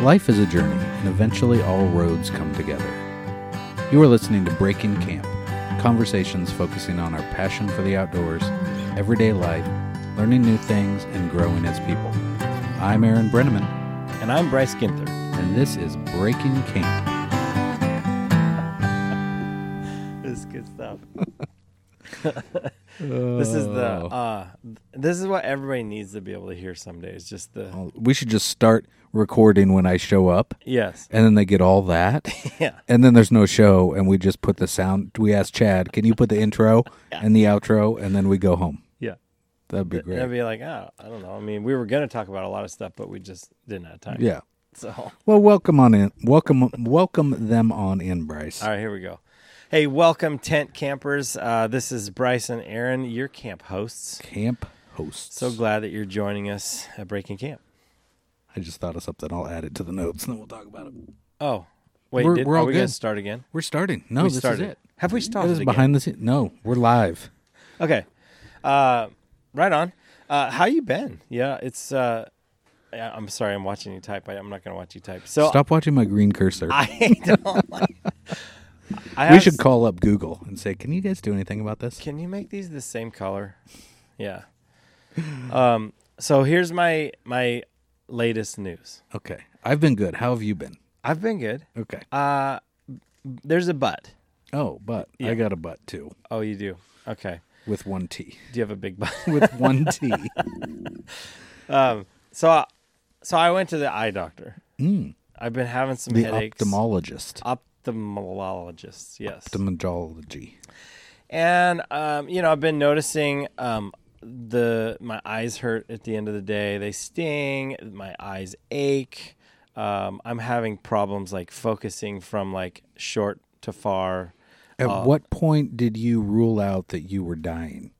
Life is a journey, and eventually all roads come together. You are listening to Breaking Camp, conversations focusing on our passion for the outdoors, everyday life, learning new things, and growing as people. I'm Aaron Brenneman, And I'm Bryce Ginther. and this is Breaking Camp. This is good stuff. This is the Oh. uh this is what everybody needs to be able to hear someday. It's just the We should just start recording when I show up, yes. and then they get all that. Yeah. And then there's no show, and we just put the sound. We ask Chad, can you put the intro and the outro, and then we go home. Yeah. That'd be And great. I'd be like, oh, I don't know. I mean, we were gonna talk about a lot of stuff, but we just didn't have time. yeah. So all Well, welcome on in. Welcome, welcome them on in, Bryce. right, here we go. Hey, welcome tent campers. Uh, this is Bryce and Aaron, your camp hosts. Camp hosts. So glad that you're joining us at Breaking Camp. I just thought of something. I'll add it to the notes, and then we'll talk about it. Oh, wait, We're- did, we're are all we gonna good. start again? We're starting. No, We this started. is it. Have we It started was again? behind the scenes. No, we're live. Okay. Uh, right on. Uh, how you been? Yeah, it's. Uh, I- I'm sorry, I'm watching you type. I, I'm not going to watch you type. So Stop watching my green cursor. I don't like. I we have- should call up Google and say, "Can you guys do anything about this?" Can you make these the same color? Yeah. Um. So here's my my latest news. Okay. I've been good. How have you been? I've been good. Okay. Uh, there's a but. Oh, but I got a butt too Oh, you do. Okay. with one T. Do you have a big butt? With one T. Um. So, I- so I went to the eye doctor. I've been having some Mm. The headaches. ophthalmologist. ophthalmologists yes Ophthalmology. and um, you know i've been noticing um, the my eyes hurt at the end of the day they sting my eyes ache um, i'm having problems like focusing from like short to far At Uh, what point did you rule out that you were dying?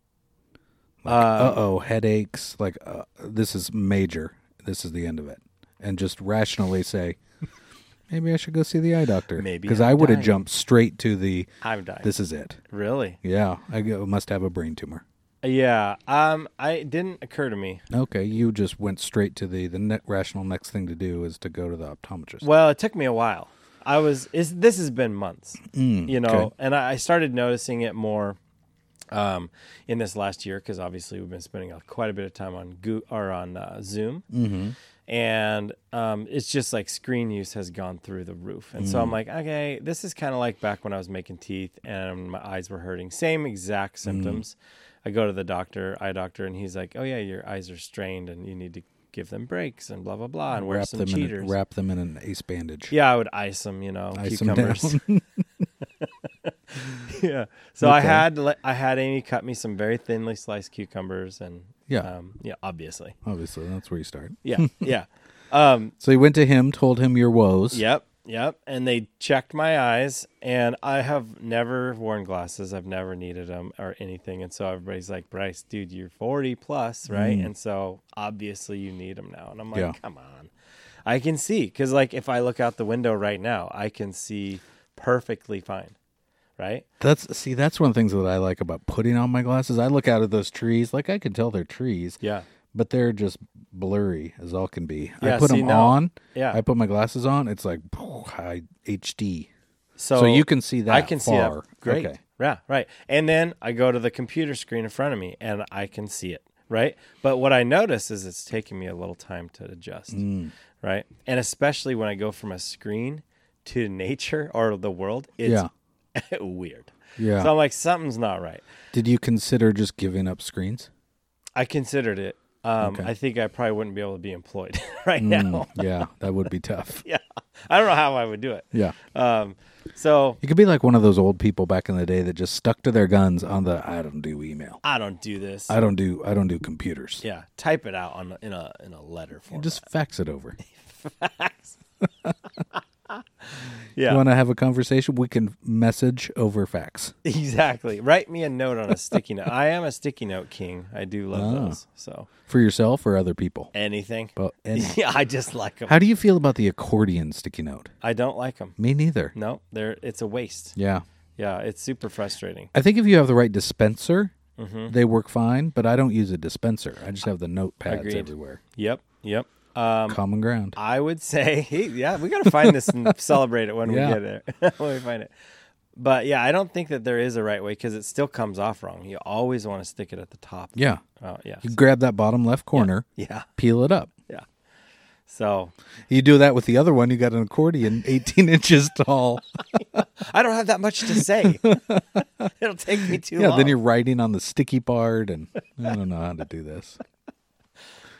Like, uh oh, headaches. Like, uh, this is major. This is the end of it. And just rationally say, maybe I should go see the eye doctor. Maybe Because I'm I would have dying. jumped straight to the, i'm dying this is it. really Yeah. I go- must have a brain tumor. yeah um i it didn't occur to me Okay. You just went straight to the, the ne- rational next thing to do is to go to the optometrist. well it took me a while i was it's, this has been months you know Mm, okay. and I, I started noticing it more um, in this last year because obviously we've been spending a- quite a bit of time on Go- or on uh, Zoom, mm-hmm. and um, it's just like screen use has gone through the roof. And Mm. so I'm like, okay, this is kind of like back when I was making teeth and my eyes were hurting, same exact Mm. symptoms. I go to the doctor, eye doctor, and he's like, oh yeah, your eyes are strained and you need to give them breaks and blah blah blah and wear wrap some them cheaters. in a, wrap them in an ace bandage. Yeah, I would ice them, you know, Ice 'em cucumbers. yeah. So I Okay. had le- I had Amy cut me some very thinly sliced cucumbers and Yeah. um, yeah, obviously. Obviously, that's where you start. Yeah. yeah. Um, So you went to him, told him your woes. yep. Yep. And they checked my eyes and I have never worn glasses. I've never needed them or anything. And so everybody's like, Bryce, dude, you're 40 plus, right? And so obviously you need them now. And I'm like, Mm. Yeah. come on. I can see. Cause like if I look out the window right now, I can see perfectly fine. Right. That's see, that's one of the things that I like about putting on my glasses. I look out at those trees, like I can tell they're trees, Yeah. but they're just blurry as all can be. I Yeah, put see, them now- on. yeah. I put my glasses on. It's like phew, high HD. So, so you can see that. I can see that. far. Great. Okay. Yeah, right. And then I go to the computer screen in front of me and I can see it, right? But what I notice is it's taking me a little time to adjust, Mm. right? And especially when I go from a screen to nature or the world, it's weird. Yeah. So I'm like, something's not right. Did you consider just giving up screens? I considered it. Um, I think I probably wouldn't be able to be employed right Mm. now. yeah, that would be tough. Yeah. I don't know how I would do it. Yeah. Um, so You could be like one of those old people back in the day that just stuck to their guns on the I don't do email. I don't do this. I don't do I don't do computers. yeah. Type it out on in a in a letter form. Just fax it over. yeah. You want to have a conversation? We can message over fax. Exactly. Write me a note on a sticky note. I am a sticky note king. I do love those. So for yourself or other people. anything. Oh. But and yeah, I just like them. how do you feel about the accordion sticky note? I don't like them. Me neither. No, they're it's a waste. Yeah, Yeah, it's super frustrating. I think if you have the right dispenser, Mm-hmm. they work fine. But I don't use a dispenser. I just have the notepads Agreed. everywhere. Yep, yep. Common ground. I would say, hey, yeah, we got to find this and celebrate it when Yeah. we get there, when we find it. But yeah, I don't think that there is a right way because it still comes off wrong. You always want to stick it at the top. Yeah. Oh, yeah. You grab that bottom left corner, Yeah. peel it up. Yeah. So You do that with the other one, you got an accordion 18 inches tall. I don't have that much to say. It'll take me too Yeah, long. then you're writing on the sticky part, and I don't know how to do this.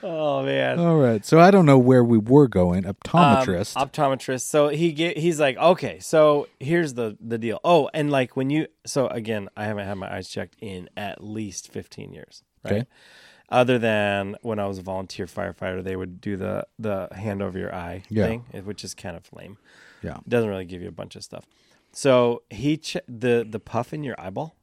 oh, man. All right, so I don't know where we were going. Um, Optometrist. optometrist. So he get, he's like, okay, so here's the the deal. Oh, and like when you so again, I haven't had my eyes checked in at least 15 years, right? Okay. Other than when I was a volunteer firefighter, they would do the the hand over your eye Yeah. thing, which is kind of lame. yeah. It doesn't really give you a bunch of stuff. So he che- the the puff in your eyeball,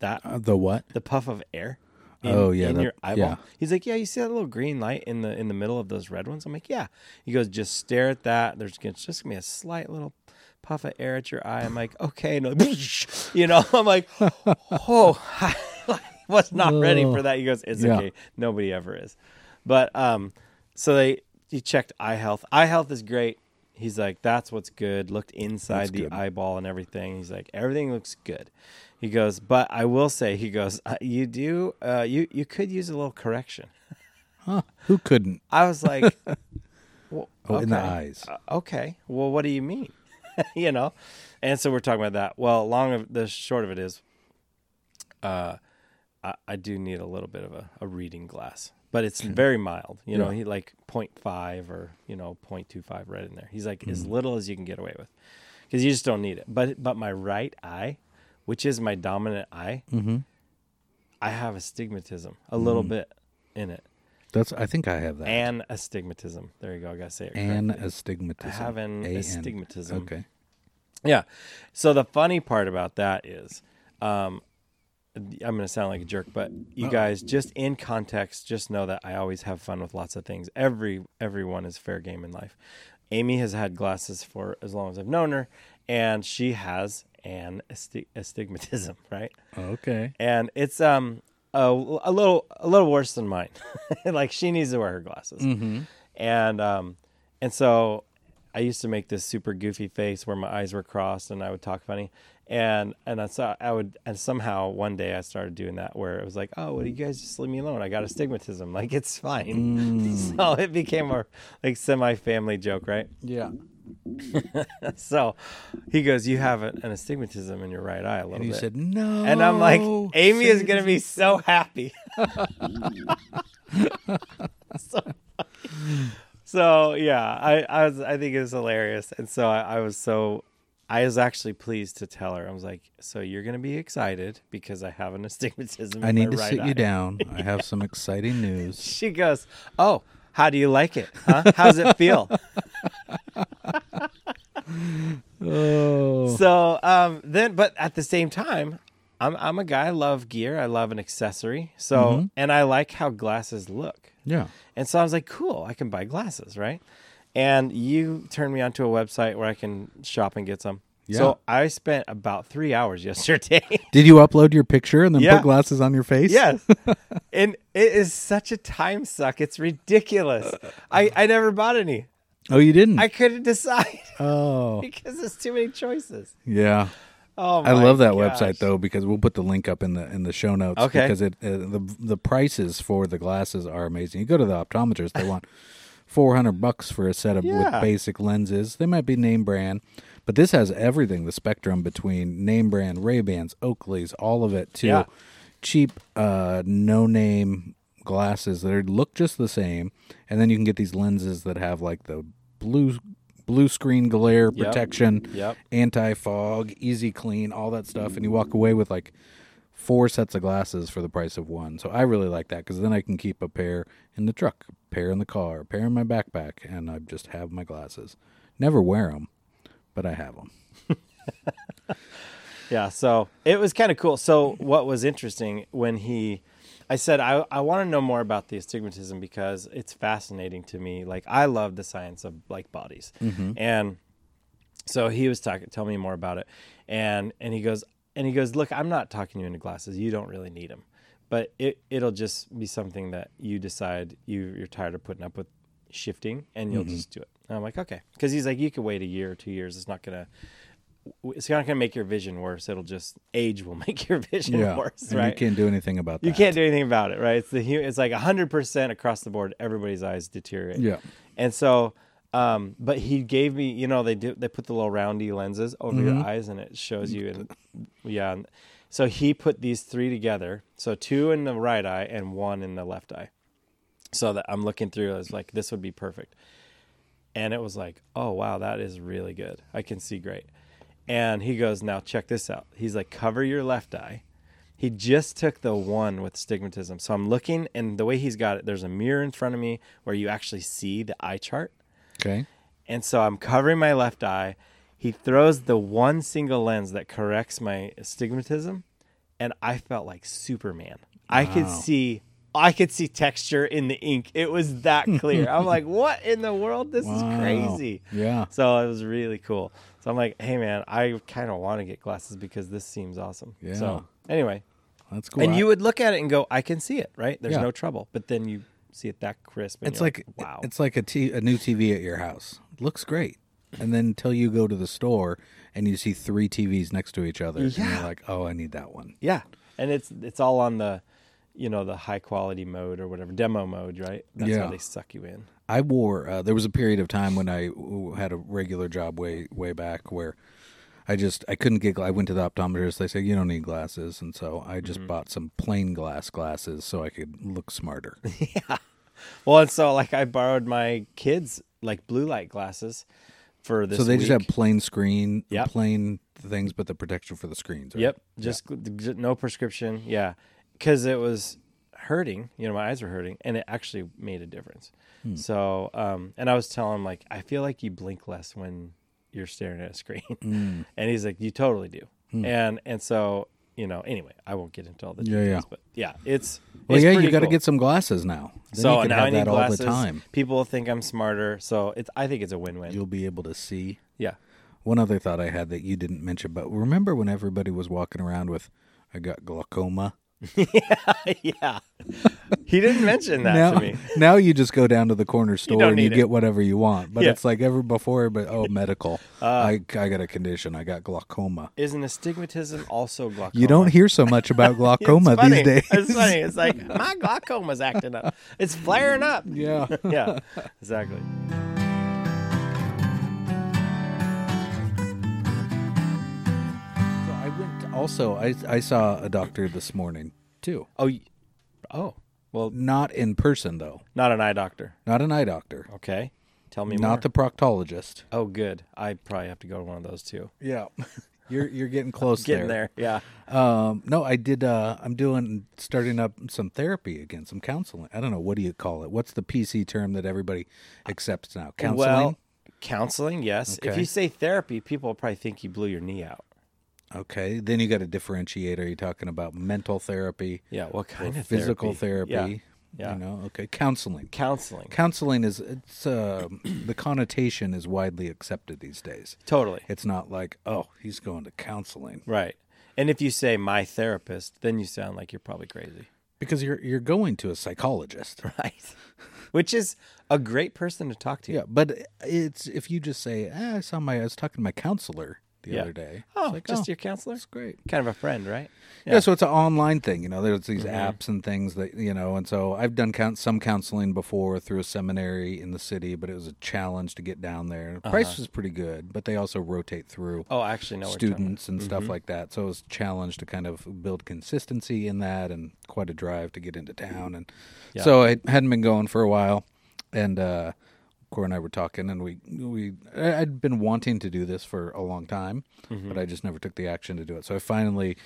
that Uh, the what? the puff of air. In, Oh, yeah, in that- your eyeball. yeah. He's like, yeah, you see that little green light in the in the middle of those red ones. I'm like, yeah. He goes, just stare at that. There's gonna- it's just gonna be a slight little puff of air at your eye. I'm like, okay, no, you know. I'm like, oh, I was not ready for that. He goes, it's Yeah. okay. Nobody ever is. But um, so they he checked eye health. Eye health is great. He's like, that's what's good. Looked inside the good. eyeball and everything. He's like, everything looks good. He goes, but I will say, he goes, uh, you do, uh, you you could use a little correction. Huh. Who couldn't? I was like, well, Oh, in the okay. eyes. Uh, okay. Well, what do you mean? you know, and so we're talking about that. Well, long of the short of it is, uh, I, I do need a little bit of a, a reading glass, but it's very mild. You know, he like 0.5 or you know 0.25 right in there. He's like as little as you can get away with, because you just don't need it. But but my right eye, which is my dominant eye, I have astigmatism a little bit in it. That's. I think I have that. An astigmatism. There you go. I gotta say it. correctly. An astigmatism. I have an A-N. astigmatism. Okay. Yeah. So the funny part about that is, um, I'm going to sound like a jerk, but you guys, just in context, just know that I always have fun with lots of things. Every everyone is fair game in life. Amy has had glasses for as long as I've known her, and she has an asti- astigmatism, right? Okay. and it's um a, a little a little worse than mine. like she needs to wear her glasses, Mm-hmm. and um and so I used to make this super goofy face where my eyes were crossed and I would talk funny, and and I saw I would and somehow one day I started doing that where it was like oh what do you guys just leave me alone I got astigmatism like it's fine Mm. so it became a like semi family joke right Yeah. so he goes you have an an astigmatism in your right eye a little And you bit said no. and I'm like, Oh, Amy is Say- gonna be so happy. so, so, yeah, I, I was I think it was hilarious, and so I, I was so I was actually pleased to tell her. I was like, so you're gonna be excited because I have an astigmatism. I in need my to right sit eye." you down. I have some exciting news. She goes, oh. How do you like it? Huh? How's it feel? Oh. so um, then, but at the same time, I'm I'm a guy. I love gear. I love an accessory. So, Mm-hmm. and I like how glasses look. Yeah. And so I was like, cool, I can buy glasses, right? And you turned me onto a website where I can shop and get some. Yeah. So I spent about three hours yesterday. Did you upload your picture and then Yeah. put glasses on your face? yes. and it is such a time suck. It's ridiculous. I, I never bought any. Oh, you didn't. I couldn't decide oh. because there's too many choices. Yeah. Oh, I my love that gosh. website though because we'll put the link up in the in the show notes Okay. because it uh, the the prices for the glasses are amazing. You go to the optometrist, they want 400 bucks for a set of with Yeah. basic lenses. They might be name brand, but this has everything, the spectrum between name brand Ray-Bans, Oakleys, all of it too. Yeah. Cheap uh no name glasses that are, look just the same and then you can get these lenses that have like the blue blue screen glare Yep. protection Yep. anti fog, easy clean, all that stuff, and you walk away with like four sets of glasses for the price of one. So I really like that because then I can keep a pair in the truck, a pair in the car, a pair in my backpack, and I just have my glasses. Never wear them, but I have them. Yeah, so it was kind of cool. So what was interesting when he, I said I, I want to know more about the astigmatism because it's fascinating to me. Like I love the science of like bodies, and so he was talking, tell me more about it, and and he goes and he goes, look, I'm not talking you into glasses. You don't really need them, but it it'll just be something that you decide you you're tired of putting up with shifting and Mm-hmm. you'll just do it. And I'm like, okay. Cause he's like, you could wait a year or two years. It's not going to, it's not going to make your vision worse. It'll just, age will make your vision Yeah. worse, and right? You can't do anything about that. You can't do anything about it, right? It's the hu- it's like hundred percent across the board. Everybody's eyes deteriorate. Yeah. and so, um, but he gave me, you know, they do they put the little roundy lenses over your eyes, and it shows you, and yeah, and so he put these three together, so two in the right eye and one in the left eye, so that I'm looking through. I was like, this would be perfect, and it was like, oh wow, that is really good. I can see great. And he goes, now check this out. He's like, cover your left eye. He just took the one with stigmatism. So I'm looking, and the way he's got it, there's a mirror in front of me where you actually see the eye chart. Okay. And so I'm covering my left eye. He throws the one single lens that corrects my astigmatism, and I felt like Superman. I could see I could see texture in the ink. It was that clear. I'm like, what in the world? This Wow. is crazy. Yeah. So it was really cool. So I'm like, hey man, I kind of want to get glasses because this seems awesome. Yeah. So anyway, That's cool. and I- you would look at it and go, I can see it, right? There's Yeah. no trouble. But then you see it that crisp. And It's you're like wow. It's like a, t- a new TV at your house. Looks great, and then until you go to the store and you see three TVs next to each other, and Yeah. you're like, "Oh, I need that one." Yeah, and it's it's all on the, you know, the high quality mode or whatever demo mode, right? That's Yeah. how they suck you in. I wore. Uh, there was a period of time when I w- had a regular job way way back where I just I couldn't get. gla- I went to the optometrist. They said you don't need glasses, and so I Mm-hmm. just bought some plain glass glasses so I could look smarter. Well, and so like I borrowed my kids like blue light glasses for this. so they just week. have plain screen, Yep. plain things, but the protection for the screens. Right? Yep, just gl- j- no prescription. Yeah, because it was hurting. You know, my eyes were hurting, and it actually made a difference. Hmm. So, um, and I was telling him like, I feel like you blink less when you're staring at a screen, Hmm. and he's like, you totally do. And and so you know, anyway, I won't get into all the Yeah, details, yeah. but yeah, it's Well, it's yeah, you pretty got to cool. get some glasses now. Then so you can now have I that need glasses. all the time. People think I'm smarter, so it's I think it's a win-win. You'll be able to see. yeah, One other thought I had that you didn't mention, but remember when everybody was walking around with, "I got glaucoma." yeah. he didn't mention that now, to me. now you just go down to the corner store don't and you need it. get whatever you want. But Yeah. Uh. it's like ever before, but oh, medical. I I got a condition. I got glaucoma. Isn't astigmatism also glaucoma? You don't hear so much about It's glaucoma funny. these days. It's funny. It's like my glaucoma's acting up. It's flaring up. yeah. yeah, exactly. So I went. Also, I I saw a doctor this morning too. Oh, y- oh. Well, Not in person though. not an eye doctor. Not an eye doctor. Okay, tell me more. Not the proctologist. oh, good. I probably have to go to one of those too. Yeah. You're you're getting close Getting there. Yeah. Um, no, I did. Uh, I'm doing starting up some therapy again, some counseling. I don't know what do you call it. What's the PC term that everybody accepts now? Counseling. Well, counseling. Yes. If Okay. you say therapy, people will probably think you blew your knee out. okay, then you got to differentiate. Are you talking about mental therapy, Yeah. What kind of physical therapy? Yeah. You know, okay, counseling. Counseling. Counseling is it's uh, the connotation is widely accepted these days. totally. It's not like oh he's going to counseling Right. And if you say my therapist, then you sound like you're probably crazy. because you're you're going to a psychologist. Right. Which is a great person to talk to. Yeah, but it's if you just say, eh, "I saw my," I was talking to my counselor the Yeah. other day. Oh, It's like, oh, just your counselor? That's great. Kind of a friend, right? Yeah. so it's an online thing, you know. There's these Mm-hmm. apps and things that you know, and so I've done count- some counseling before through a seminary in the city, but it was a challenge to get down there. Price Uh-huh. was pretty good, but they also rotate through Oh, I actually know what you're talking students and stuff like that. So it was a challenge to kind of build consistency in that and quite a drive to get into town. And so I hadn't been going for a while. And uh, Cora and I were talking, and we, we I- I'd been wanting to do this for a long time, but I just never took the action to do it. So I finally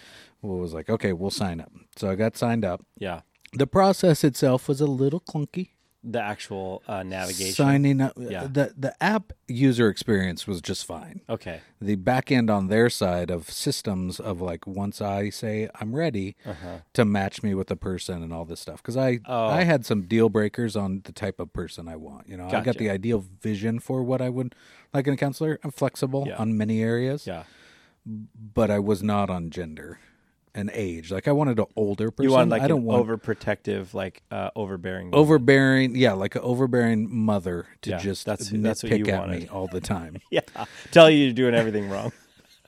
was like, okay, we'll sign up. So I got signed up. Yeah. The process itself was a little clunky. The actual uh, navigation. Signing up, Yeah. the the app user experience was just fine Okay. the back end on their side of systems of like once I say I'm ready Uh-huh. to match me with a person and all this stuff because I Oh. I had some deal breakers on the type of person I want. You know, I got Gotcha. the ideal vision for what I would like in a counselor. I'm flexible Yeah. on many areas, Yeah. but I was not on gender. an age. Like I wanted an older person. You want like I don't an want Oh. overprotective, like uh, overbearing. woman. overbearing. Yeah, like an overbearing mother to Yeah, just that's- nitpick that's what you at me wanted. all the time. Yeah, tell you you're doing everything wrong.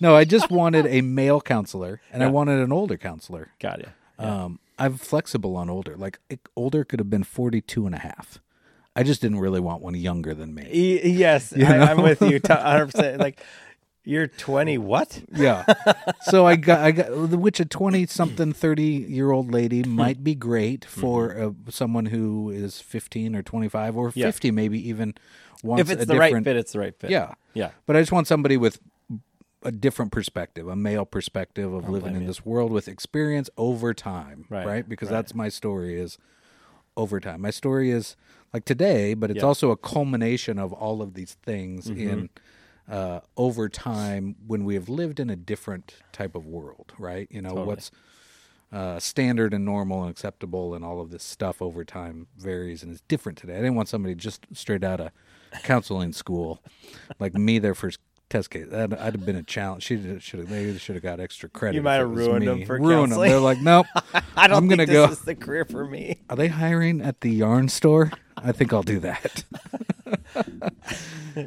no, I just wanted a male counselor, and I wanted an older counselor. Got you. Um, I'm flexible on older. Like it, older could have been 42 and a half. I just didn't really want one younger than me. E- yes, I, I'm with you 100. percent Like you're 20. What? Yeah. so I got I got which a 20 something 30 year old lady Hmm. might be great for uh, someone who is 15 or 25 or 50 maybe even wants If it's a the different right fit, it's the right fit. Yeah. Yeah. But I just want somebody with a different perspective, a male perspective of living in this world with experience over time, right? Right, Because that's my story is over time. My story is like today, but it's also a culmination of all of these things Mm-hmm. in uh, over time when we have lived in a different type of world, right? You know, what's uh, standard and normal and acceptable and all of this stuff over time varies and is different today. I didn't want somebody just straight out of counseling school, like me, their first test case. That, I'd have been a challenge. She should have. They should have got extra credit. if might it have was ruined me. 'em for ruined 'em. counseling. They're like, nope. I don't I'm think gonna this go. is the career for me. Are they hiring at the yarn store? I think I'll do that.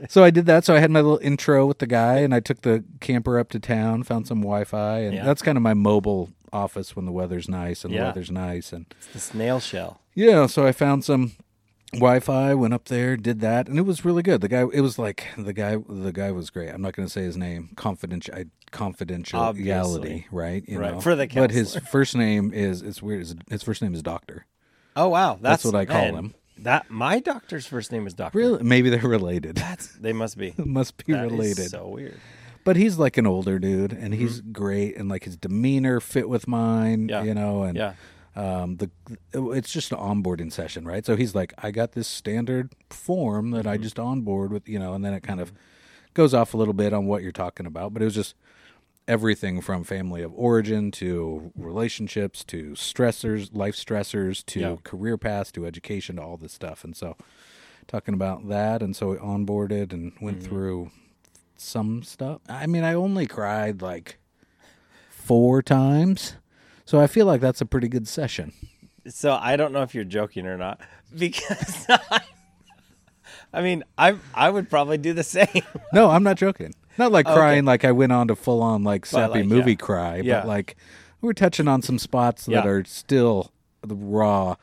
so I did that. So I had my little intro with the guy, and I took the camper up to town, found some Wi-Fi, and Yeah. that's kind of my mobile office when the weather's nice and the Yeah. weather's nice and It's the snail shell. yeah, so I found some Wi-Fi, went up there, did that, and it was really good. The guy, it was like the guy, the guy was great. I'm not going to say his name, confidential, confidentiality, Obviously. right? You Right, for the but his first name is it's weird. His, his first name is Doctor. Oh wow, that's, what I call man, them. That my doctor's first name is doctor. Really, maybe they're related. That's they must be Must be That is related. so weird. but he's like an older dude, and he's great, and like his demeanor fit with mine, Yeah. you know, and Yeah. um, the it's just an onboarding session, right? So he's like, I got this standard form that I just onboard with, you know, and then it kind of goes off a little bit on what you're talking about, but it was just everything from family of origin to relationships to stressors, life stressors to Yeah. career paths to education to all this stuff, and so talking about that, and so we onboarded and went through some stuff. I mean, I only cried like four times. So I feel like that's a pretty good session. So I don't know if you're joking or not because I, I mean I I would probably do the same. No, I'm not joking. Not like crying like I went on to full on like sappy like, movie yeah. cry, Yeah. but like we're touching on some spots that Yeah. are still the raw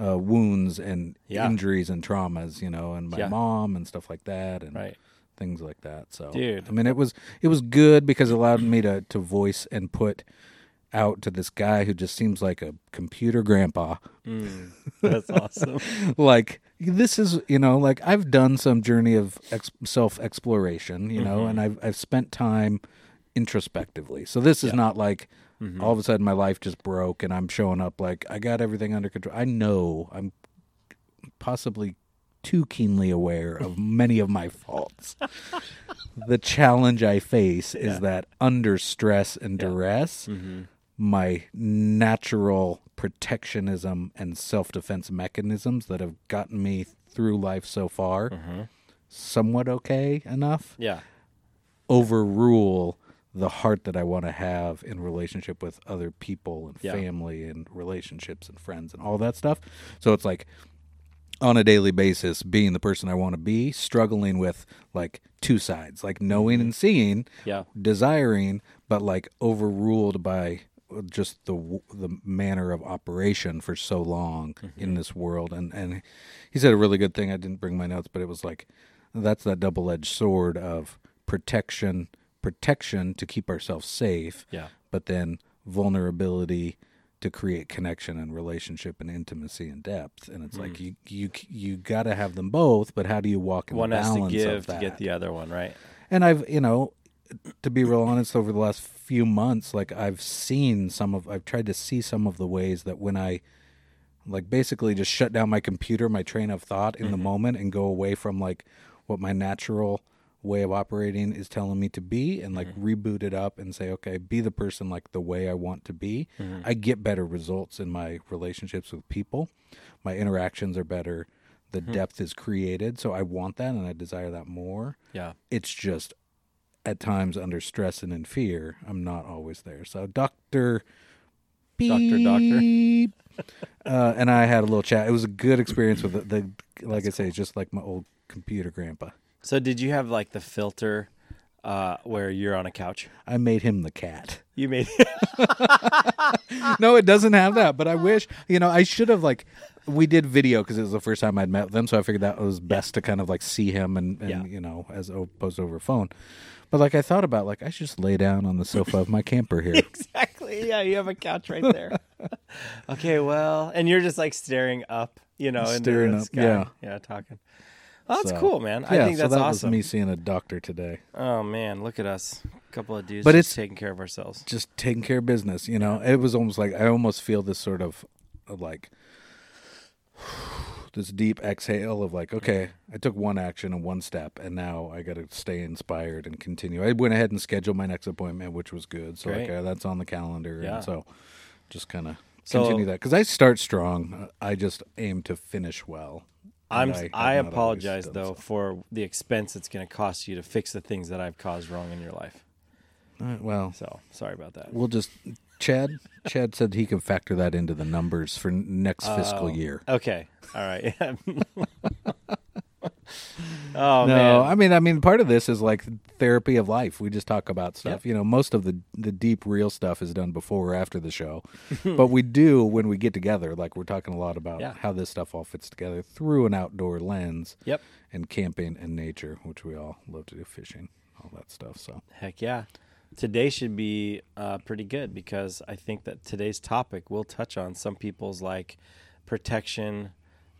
uh, wounds and Yeah. injuries and traumas, you know, and my Yeah. mom and stuff like that and Right. things like that. So Dude. I mean it was it was good because it allowed me to to voice and put out to this guy who just seems like a computer grandpa. That's awesome. like this is you know like i've done some journey of ex- self exploration you know and i've i've spent time introspectively so this is not like all of a sudden my life just broke and i'm showing up like i got everything under control i know i'm possibly too keenly aware of many of my faults the challenge i face is that under stress and duress my natural protectionism and self defense mechanisms that have gotten me through life so far, somewhat okay enough, Yeah. overrule the heart that I want to have in relationship with other people and Yeah. family and relationships and friends and all that stuff. So it's like on a daily basis being the person I want to be, struggling with like two sides, like knowing and seeing, Yeah. desiring, but like overruled by just the w- the manner of operation for so long Mm-hmm. in this world. And and he said a really good thing. I didn't bring my notes, but it was like that's that double edged sword of protection, protection to keep ourselves safe, Yeah. but then vulnerability to create connection and relationship and intimacy and depth. And it's Mm. like you you you got to have them both, but how do you walk in One the has to balance give of to that? get the other one, right? And I've, you know, to be real honest, over the last few months, like I've seen some of, I've tried to see some of the ways that when I, like, basically just shut down my computer, my train of thought in the moment and go away from like what my natural way of operating is telling me to be and like reboot it up and say, okay, be the person like the way I want to be. I get better results in my relationships with people, my interactions are better. The depth is created, so I want that and I desire that more Yeah. it's just at times under stress and in fear, I'm not always there. So Doctor Doctor, doctor. uh, and I had a little chat. It was a good experience with the, the like I say, just like my old computer grandpa. So did you have like the filter uh, where you're on a couch? I made him the cat. You made no, it doesn't have that. But I wish, you know, I should have like we did video because it was the first time I'd met them, so I figured that was best to kind of like see him and, and Yeah. you know as opposed to over phone. But like I thought about like I should just lay down on the sofa of my camper here. exactly. Yeah, you have a couch right there. okay, well, and you're just like staring up, you know, into Staring the up, sky. yeah. yeah, talking. Oh, that's So, cool, man. I yeah, think so that's that awesome. was me seeing a doctor today. Oh man, look at us, a couple of dudes, But but it's- it's taking care of ourselves. just taking care of business. You know, it was almost like I almost feel this sort of of like this deep exhale of like, okay, I took one action and one step, and now I got to stay inspired and continue. I went ahead and scheduled my next appointment, which was good. So like Great. uh, that's on the calendar, Yeah. and so just kind of So- continue that because I start strong. I just aim to finish well. I'm. And I, have not always apologize done though for the expense it's going to cost you to fix the things that I've caused wrong in your life. so. Uh, well, So sorry about that. we'll just Chad. Chad said he can factor that into the numbers for n- next Oh. fiscal year. Okay. All right. oh no, man. I mean, I mean, part of this is like therapy of life. We just talk about stuff. You know, most of the the deep, real stuff is done before or after the show, but we do when we get together. Like we're talking a lot about Yeah. how this stuff all fits together through an outdoor lens. Yep. And camping and nature, which we all love to do, fishing, all that stuff. So Heck yeah. Today should be uh, pretty good because I think that today's topic will touch on some people's like protection,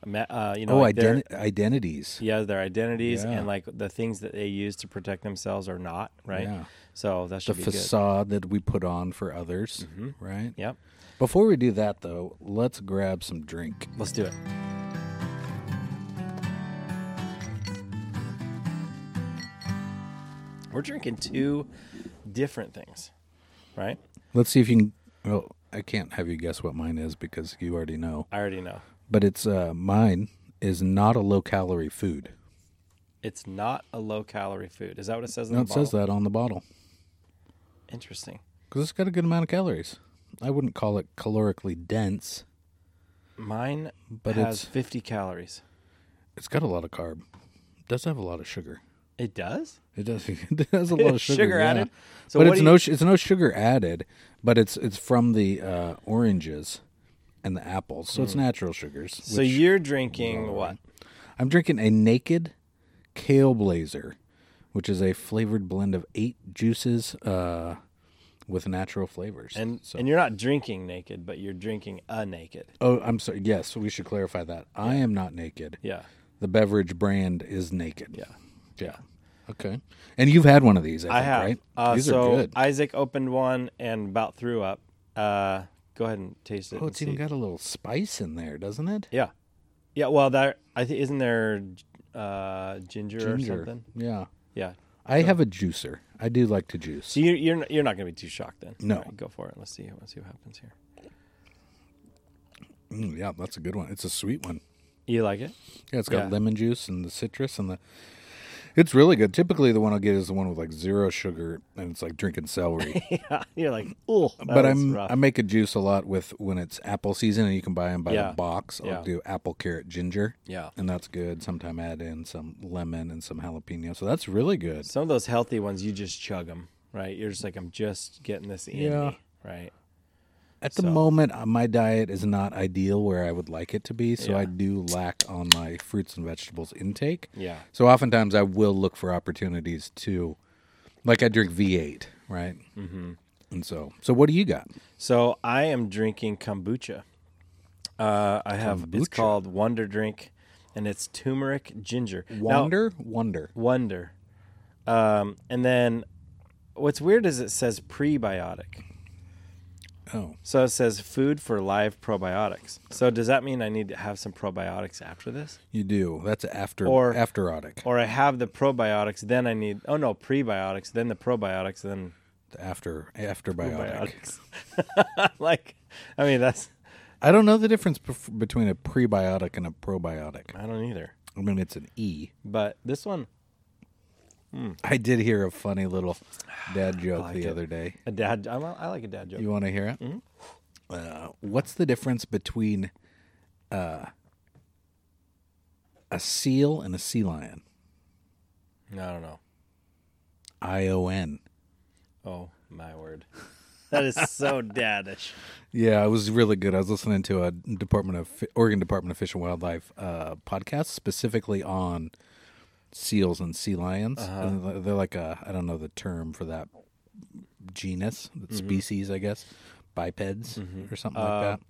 ma- uh, you know, oh, like their- identi- identities. yeah, their identities Yeah. and like the things that they use to protect themselves or not, right? Yeah. So that The should be Mm-hmm. facade that we put on for others, right? good. Yep. Before we do that, though, let's grab some drink. Let's do it. We're drinking two different things, right? Let's see if you can. Well, I can't have you guess what mine is because you already know. I already know. But it's uh, mine is not a low calorie food. It's not a low calorie food. Is that what it says in No, the it bottle? says that on the bottle Interesting. because it's got a good amount of calories. I wouldn't call it calorically dense. Mine But has it's- 50 calories. It's got a lot of carb. It does have a lot of sugar. It does? It does. It has a lot of sugar. Sugar yeah. added? So but what it's do no. you- It's no sugar added. But it's it's from the uh, oranges and the apples, so Mm. it's natural sugars. So you're drinking what? I'm drinking a naked kale blazer, which is a flavored blend of eight juices uh, with natural flavors. And and you're not drinking naked, but you're drinking a naked. oh, I'm sorry. Yes, we should clarify that. I am not naked. Yeah. The beverage brand is naked. Yeah. Yeah. Okay. And you've had one of these, I, I think, have. right? Uh, these so are good. Isaac opened one and about threw up. Uh, go ahead and taste it. oh, and it's even see. got a little spice in there, doesn't it? Yeah. Yeah. Well, that I think isn't there uh, ginger, or Ginger. something? Yeah. Yeah. I have a juicer. I do like to juice. So you, you're n- you're not going to be too shocked then. No. All right, go for it. Let's see. Let's see what happens here. Mm, yeah, that's a good one. It's a sweet one. You like it? Yeah, it's got Yeah. lemon juice and the citrus and the. It's really good. Typically, the one I'll get is the one with like zero sugar, and it's like drinking celery. Yeah. You're like, oh, but I'm I make a juice a lot with when it's apple season, and you can buy them by Yeah. the box. I'll Yeah. do apple, carrot, ginger, yeah. and that's good. Sometime add in some lemon and some jalapeno, so that's really good. Some of those healthy ones, you just chug them, right? You're just like, I'm just getting this in Yeah. me, right? At the moment, uh, my diet is not ideal where I would like it to be, so I do lack on my fruits and vegetables intake. Yeah. So oftentimes I will look for opportunities to, like I drink V8, right? Mm-hmm. And so, so what do you got? So I am drinking kombucha. Uh, I have it's called Wonder Drink, and it's turmeric ginger. Now- Wonder, wonder. Wonder. Um, and then what's weird is it says prebiotic. Oh, So it says food for live probiotics. So does that mean I need to have some probiotics after this? you do. That's after Or- afterotic. Or I have the probiotics, then I need oh no, prebiotics, then the probiotics, then The after afterbiotic. biotics. like I mean that's I don't know the difference bef- between a prebiotic and a probiotic. I don't either. I mean, it's an E. But this one I did hear a funny little dad joke Hmm. like the it. Mm-hmm. other day. A dad. I, I like a dad joke. You want to hear it? Uh, what's the difference between uh, a seal and a sea lion? I don't know. I O N. Oh my word, that is so dadish. Yeah, it was really good. I was listening to a Department of Oregon Department of Fish and Wildlife uh, podcast specifically on seals and sea lions. And they're like a I don't know the term for that genus, that species, I guess, bipeds or something like that.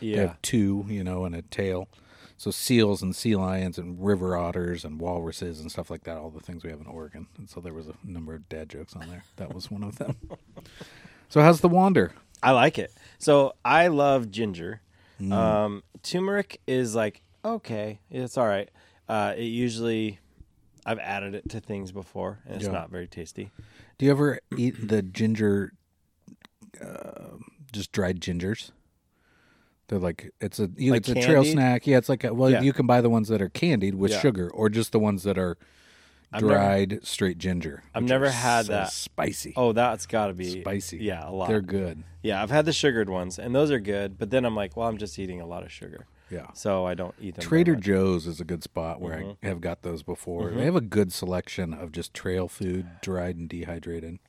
They Yeah. have two, you know, and a tail. So seals and sea lions and river otters and walruses and stuff like that, all the things we have in Oregon. And so there was a number of dad jokes on there. That was one of them. so how's the wander? I like it. So I love ginger. Mm. Um, turmeric is like okay, it's all right. Uh, it usually, I've added it to things before, and it's Yeah. not very tasty. Do you ever eat the ginger, uh, just dried gingers? They're like it's a you, Like it's a trail candied? snack. Yeah, it's like a, well, Yeah. you can buy the ones that are candied with Yeah. sugar, or just the ones that are never- dried straight ginger. I've which never are had so that. spicy. Oh, that's got to be spicy. Yeah, a lot. They're good. yeah, I've had the sugared ones, and those are good. But then I'm like, well, I'm just eating a lot of sugar, Yeah. so Mm-hmm. I don't eat them. very Trader much. Joe's is a good spot where I have got those before. Mm-hmm. They have a good selection of just trail food, dried and dehydrated.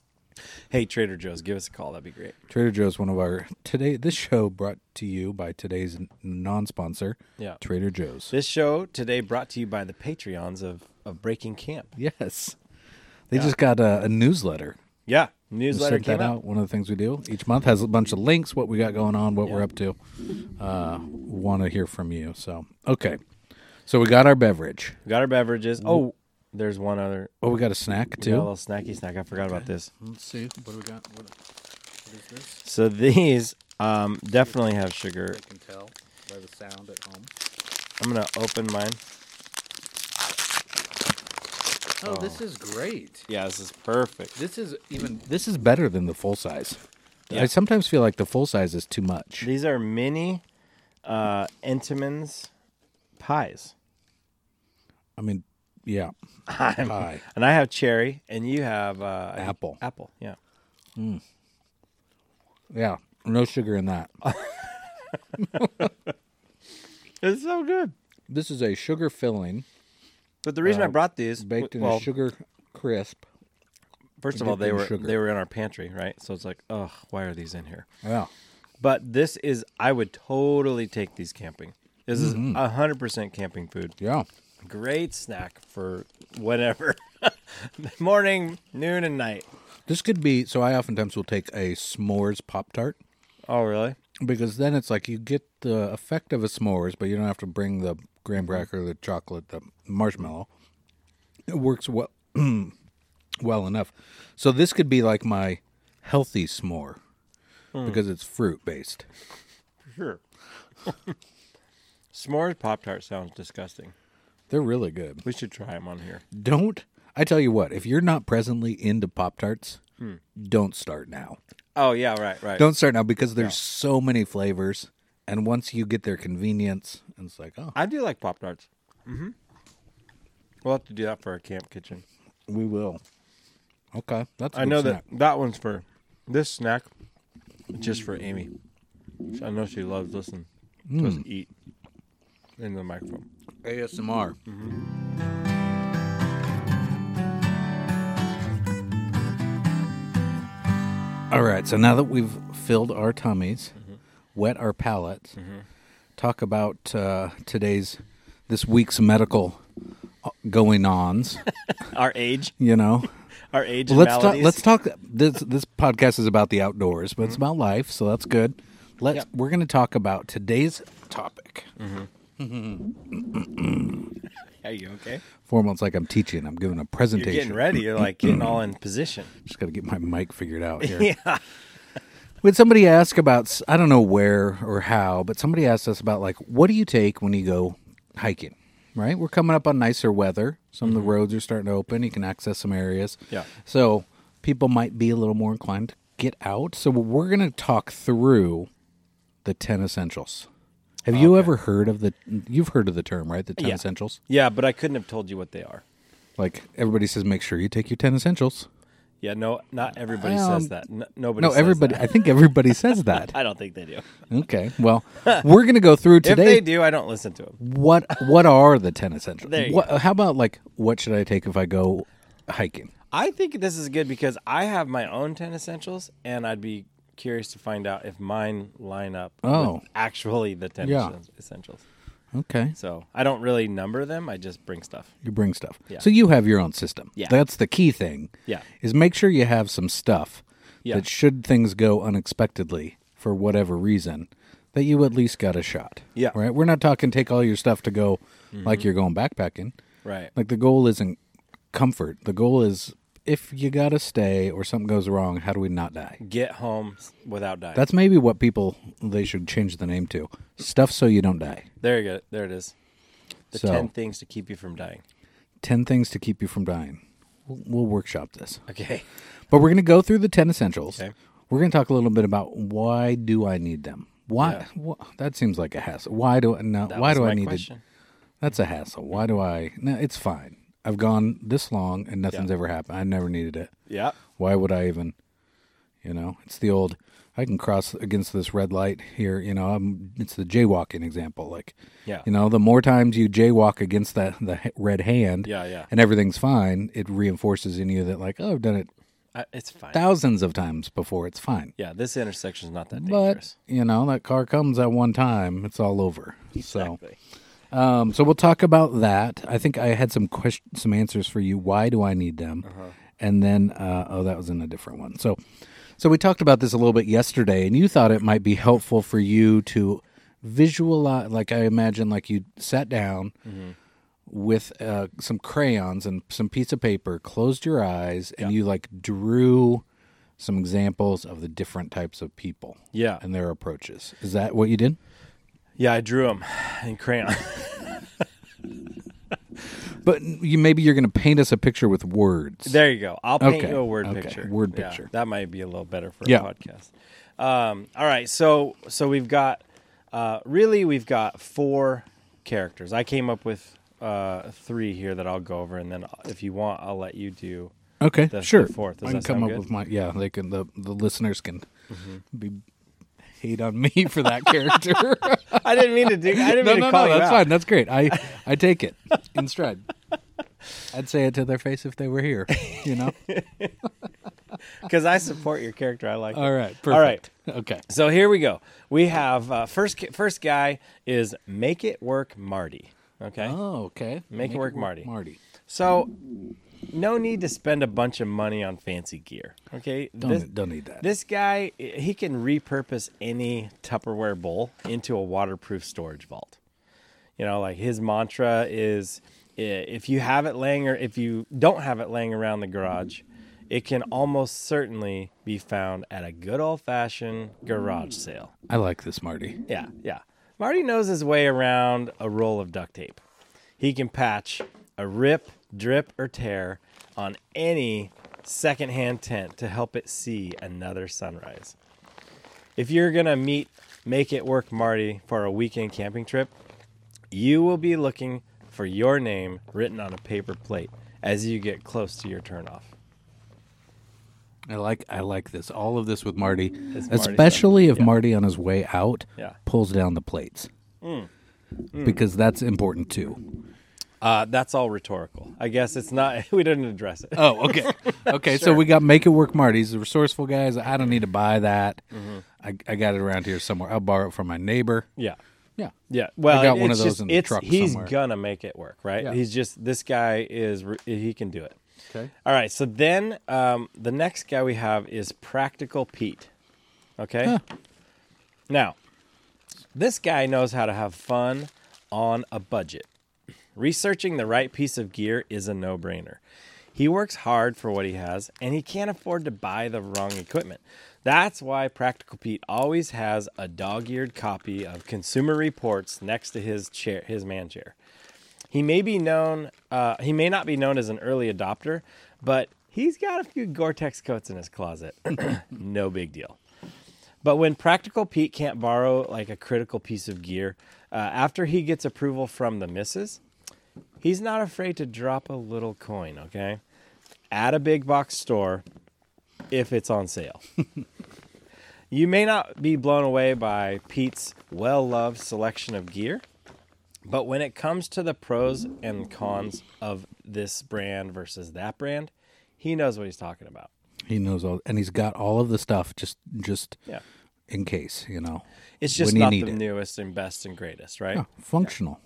Hey, Trader Joe's, give us a call. That'd be great. Trader Joe's, one of our today this show brought to you by today's n- non-sponsor, Yeah. Trader Joe's. This show today brought to you by the Patreons of, of Breaking Camp. Yes, they just got a, a newsletter. Yeah, We newsletter sent that came out. out. One of the things we do each month has a bunch of links, what we got going on, what we're up to. Uh, Want to hear from you? So okay, so we got our beverage. We got our beverages. Oh, there's one other Oh, we got a snack we got a too. little snacky snack. I forgot about this. Let's see what do we got. What, what is this? So these um, definitely have sugar. can tell by the sound at home. I'm gonna open mine. Oh, this is great. Yeah, this is perfect. This is even. This is better than the full size. Yeah. I sometimes feel like the full size is too much. These are mini uh, Entenmann's pies, I mean, yeah. Pie. and I have cherry, and you have uh, I think Apple. Apple, yeah. Yeah. No sugar in that. It's so good. This is a sugar filling But the reason I brought these Uh, baked in well, a sugar crisp. First of all, dipped they in were sugar. they were in our pantry, right? So it's like, oh, why are these in here? Yeah. But this is I would totally take these camping. This is a hundred percent camping food. Yeah. Great snack for whatever. Morning, noon, and night. This could be. So I oftentimes will take a s'mores pop tart Oh really? because then it's like you get the effect of a s'mores, but you don't have to bring the graham Mm-hmm. cracker, the chocolate, the marshmallow. It works well, well enough. So this could be like my healthy s'more Hmm. because it's fruit based. Sure. S'mores Pop Tart sounds disgusting. They're really good. We should try them on here. Don't I tell you what? If you're not presently into pop tarts, Hmm. don't start now. Oh yeah, right, right. Don't start now because there's so many flavors, and once you get their convenience, and it's like, oh, I do like Pop Tarts. Mm-hmm. We'll have to do that for our camp kitchen. we will. Okay, that's. a I good know snack. that that one's for this snack, is just for Amy. I know she loves listening to Hmm. us eat into the microphone. ASMR. Mm-hmm. All right, so now that we've filled our tummies, Mm-hmm. wet our palates, talk about uh, today's, this week's medical going ons. Our age, you know, our age. Well, and let's talk. maladies. Let's talk. This this podcast is about the outdoors, but it's about life, so that's good. Let's. Mm-hmm. Yep. Mm. We're going to talk about today's topic. Are you okay? Formal. It's like I'm teaching. I'm giving a You're presentation. getting ready. You're like getting all in position. Just got to get my mic figured out here. yeah. We had somebody ask about, s- I don't know where or how, but somebody asked us about, like, what do you take when you go hiking, right? We're coming up on nicer weather. Some of the roads are starting to open. You can access some areas. Mm-hmm. Yeah. So people might be a little more inclined to get out. So we're going to talk through the 10 essentials. Have you ever heard of the, you've heard of the term, right? The 10 Yeah. essentials? Yeah, but I couldn't have told you what they are. Like everybody says, make sure you take your ten essentials. Yeah, no, not everybody Um, says that. No, nobody. No, says everybody. that. I think everybody says that. I don't think they do. Okay. Well, we're gonna go through If they today. do, I don't listen to them. What What are the ten essentials? There you What, how about like what should I take if I go hiking? I think this is good because I have my own ten essentials, and I'd be curious to find out if mine line up Oh. with actually the ten Yeah. essen- essentials. Okay. So I don't really number them. I just bring stuff. You bring stuff. Yeah. So you have your own system. Yeah. That's the key thing. Yeah. Is make sure you have some stuff Yeah. that should things go unexpectedly for whatever reason that you at least got a shot. Yeah. Mm-hmm. Right? We're not talking take all your stuff to go like you're going backpacking. Right. Like the goal isn't comfort. The goal is if you got to stay or something goes wrong, how do we not die? Get home s- without dying. That's maybe what people they should change the name to. Stuff so you don't die. there you go. There it is. The So- ten things to keep you from dying. 10 things to keep you from dying. We'll, we'll workshop this. Okay. But we're going to go through the 10 essentials. Okay. We're going to talk a little bit about why do I need them? Why wha- that seems like a hassle. Why do I no, why was do I my need it? question. That's a hassle. Why do I No, it's fine. I've gone this long and nothing's ever happened. I never needed it. Yeah. Why would I even you know, it's the old I can cross against this red light here, you know, I'm, it's the jaywalking example like Yeah. you know, the more times you jaywalk against that the h- red hand Yeah, yeah. and everything's fine, it reinforces in you that like, oh, I've done it I, it's fine. thousands of times before it's fine. yeah, this intersection's not that But dangerous. you know, that car comes at one time, it's all over. So, Exactly. um, so we'll talk about that. I think I had some question, some answers for you. Why do I need them? And then, uh, oh, that was in a different one. So, so we talked about this a little bit yesterday, and you thought it might be helpful for you to visualize. Like I imagine, like you sat down with uh, some crayons and some piece of paper, closed your eyes, and you like drew some examples of the different types of people Yeah. and their approaches. Is that what you did? Yeah, I drew them in crayon. But you maybe you're going to paint us a picture with words. there you go. I'll paint Okay, you a word okay, picture. word Yeah, picture. that might be a little better for Yeah. a podcast. Um, all right. So so we've got uh, really we've got four characters. I came up with uh, three here that I'll go over, and then if you want, I'll let you do. okay, the sure. fourth. Does I can that come sound up good? Mm-hmm. with my yeah. They can the the listeners can be hate on me for that character. I didn't mean to do. I didn't no, mean no, to call no. you That's out. fine. That's great. I I take it in stride. I'd say it to their face if they were here. You know. because I support your character. I like. All it. right. Perfect. All right. Okay. So here we go. We have uh, first ki- first guy is make it work, Marty. Okay. Oh, okay. Make it work, Marty. Marty. So no need to spend a bunch of money on fancy gear. Okay. Don't this, don't need that. this guy i- he can repurpose any Tupperware bowl into a waterproof storage vault. You know, like his mantra is i- if you have it laying or if you don't have it laying around the garage, it can almost certainly be found at a good old fashioned garage sale. I like this Marty. Yeah, yeah. Marty knows his way around a roll of duct tape. He can patch a rip, drip, or tear on any secondhand tent to help it see another sunrise. If you're going to meet Make It Work Marty for a weekend camping trip, you will be looking for your name written on a paper plate as you get close to your turnoff. I like I like this. All of this with Marty, It's Marty stuff. especially if Marty on his way out Yeah. Mm. pulls down the plates, because that's important too. Uh, that's all rhetorical. I guess it's not, we didn't address it. Oh, okay, okay. So we got make it work, Marty's the resourceful guys. I don't need to buy that. I, I got it around here somewhere. I'll borrow it from my neighbor. Yeah. Yeah, Yeah, well, I got it- one it's of those just- in the it's- truck He's somewhere. gonna make it work, right? Yeah. He's just this guy is re- he can do it. Okay. All right, so then um, the next guy we have is Practical Pete. Okay. Now, this guy knows how to have fun on a budget. Researching the right piece of gear is a no brainer. He works hard for what he has and he can't afford to buy the wrong equipment. That's why Practical Pete always has a dog eared copy of Consumer Reports next to his chair, his man chair. He may be known, uh, he may not be known as an early adopter, but he's got a few Gore Tex coats in his closet. no big deal. But when Practical Pete can't borrow like a critical piece of gear, uh, after he gets approval from the missus, He's not afraid to drop a little coin, okay? At a big box store if it's on sale. you may not be blown away by Pete's well loved selection of gear, but when it comes to the pros and cons of this brand versus that brand, he knows what he's talking about. He knows all, and he's got all of the stuff just just Yeah. in case, you know. It's just When you not need the it. newest and best and greatest, right? Yeah, Oh, functional.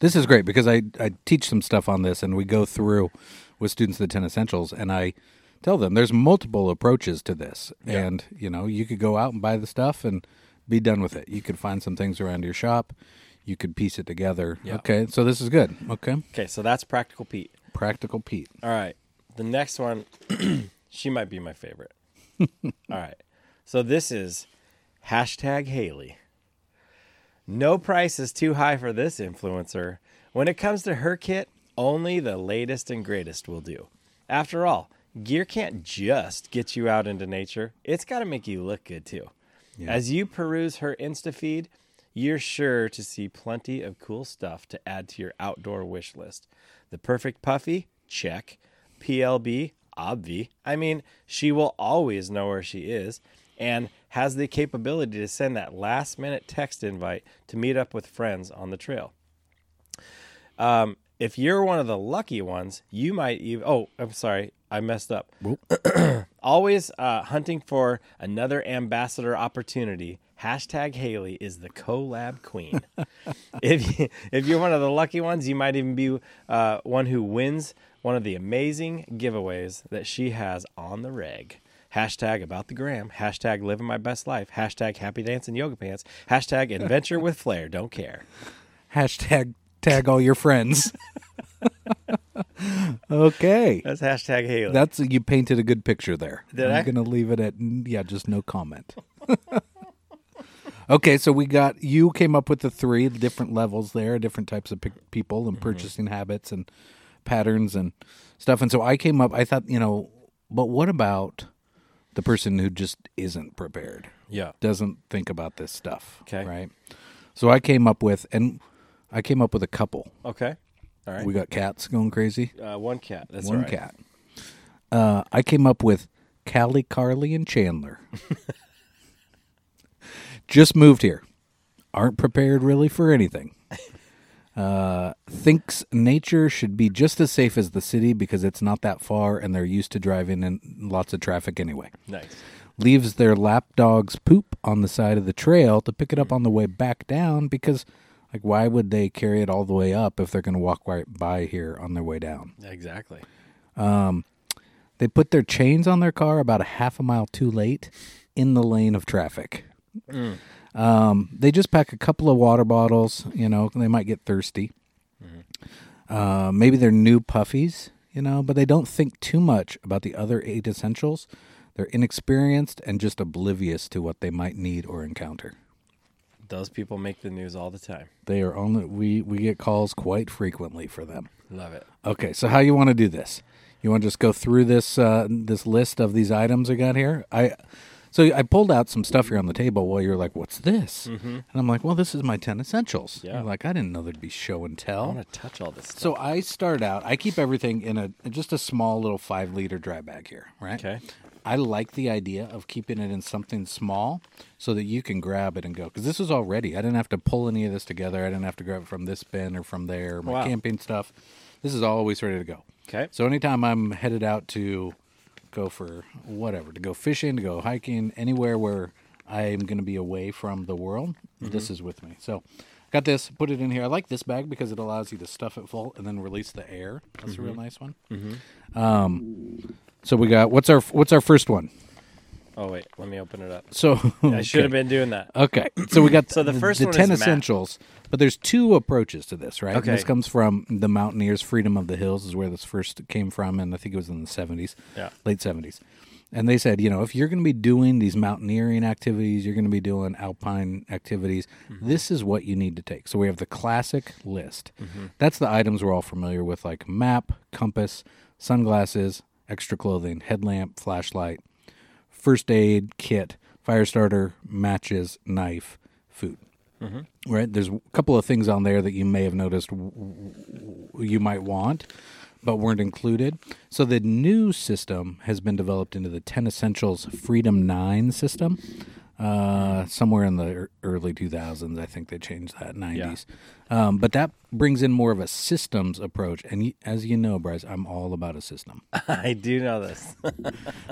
This is great because I, I teach some stuff on this and we go through with students the 10 essentials and I tell them there's multiple approaches to this. And, you know, you could go out and buy the stuff and be done with it. You could find some things around your shop. You could piece it together. Yeah. Okay. So this is good. Okay. Okay, so that's Practical Pete. Practical Pete. All right. The next one, she might be my favorite. All right. So this is hashtag Haley. No price is too high for this influencer. When it comes to her kit, only the latest and greatest will do. After all, gear can't just get you out into nature, it's got to make you look good too. As you peruse her Insta feed, you're sure to see plenty of cool stuff to add to your outdoor wish list. The perfect puffy, check. PLB, obvi. I mean, she will always know where she is and has the capability to send that last minute text invite to meet up with friends on the trail. Um, if you're one of the lucky ones, you might even. Oh, I'm sorry. I messed up always uh, hunting for another ambassador opportunity. Hashtag Haley is the collab queen. if you, if you're one of the lucky ones, you might even be uh, one who wins one of the amazing giveaways that she has on the reg. Hashtag about the gram. Hashtag living my best life. Hashtag happy dance and yoga pants. Hashtag adventure with flair. Don't care. Hashtag tag all your friends. okay. That's hashtag Haley. That's you painted a good picture there. Did I'm I? gonna leave it at yeah, just no comment. okay, so we got you came up with the three different levels there, different types of pic- people Mm-hmm. and purchasing habits and patterns and stuff. And so I came up. I thought, you know, but what about the person who just isn't prepared? yeah. doesn't think about this stuff. Okay. right. So I came up with and I came up with a couple. Okay. All right. We got cats going crazy uh, one cat. That's one all right. cat. Uh, I came up with Callie, Carly, and Chandler. Just moved here. Aren't prepared really for anything. Uh, thinks nature should be just as safe as the city because it's not that far and they're used to driving in lots of traffic anyway. Nice. Leaves their lap dog's poop on the side of the trail to pick it up on the way back down because, like, why would they carry it all the way up if they're going to walk right by here on their way down? Exactly. They put their chains on their car about a half a mile too late in the lane of traffic. Um, they just pack a couple of water bottles, you know, they might get thirsty. Uh, maybe they're new puffies, you know, but they don't think too much about the other eight essentials. They're inexperienced and just oblivious to what they might need or encounter. Those people make the news all the time. They are only we we get calls quite frequently for them. Love it. Okay, so how you want to do this? You want to just go through this uh, this list of these items I got here? I so I pulled out some stuff here on the table while you're like, "What's this?" And I'm like, "Well, this is my ten essentials." Yeah. You're like, "I didn't know there'd be show and I tell." want to touch all this stuff. So I start out. I keep everything in a just a small little five liter dry bag here, right? Okay. I like the idea of keeping it in something small so that you can grab it and go. Because this is all ready. I didn't have to pull any of this together. I didn't have to grab it from this bin or from there. My Wow. camping stuff. This is always ready to go. Okay. So anytime I'm headed out to go for whatever, to go fishing, to go hiking, anywhere where I am going to be away from the world, Mm-hmm. this is with me. So got this, put it in here. I like this bag because it allows you to stuff it full and then release the air. That's a real Mm-hmm. nice one. Um, so we got what's our what's our first one? Oh wait, let me open it up. So I should have been doing that. Okay, so we got So the first the one is ten map. essentials, but there's two approaches to this, right? And Okay. this comes from the Mountaineers' Freedom of the Hills is where this first came from, and I think it was in the seventies, Yeah. late seventies. And they said, you know, if you're going to be doing these mountaineering activities, you're going to be doing alpine activities. This is what you need to take. So we have the classic list. That's the items we're all familiar with, like map, compass, sunglasses, extra clothing, headlamp, flashlight, first aid kit, fire starter, matches, knife, food. Right? There's a couple of things on there that you may have noticed w- w- you might want but weren't included. So the new system has been developed into the 10 Essentials Freedom 9 system. Uh, somewhere in the ear- early 2000s, I think they changed that 90s. Um, but that brings in more of a systems approach. And y- as you know, Bryce, I'm all about a system I do know this.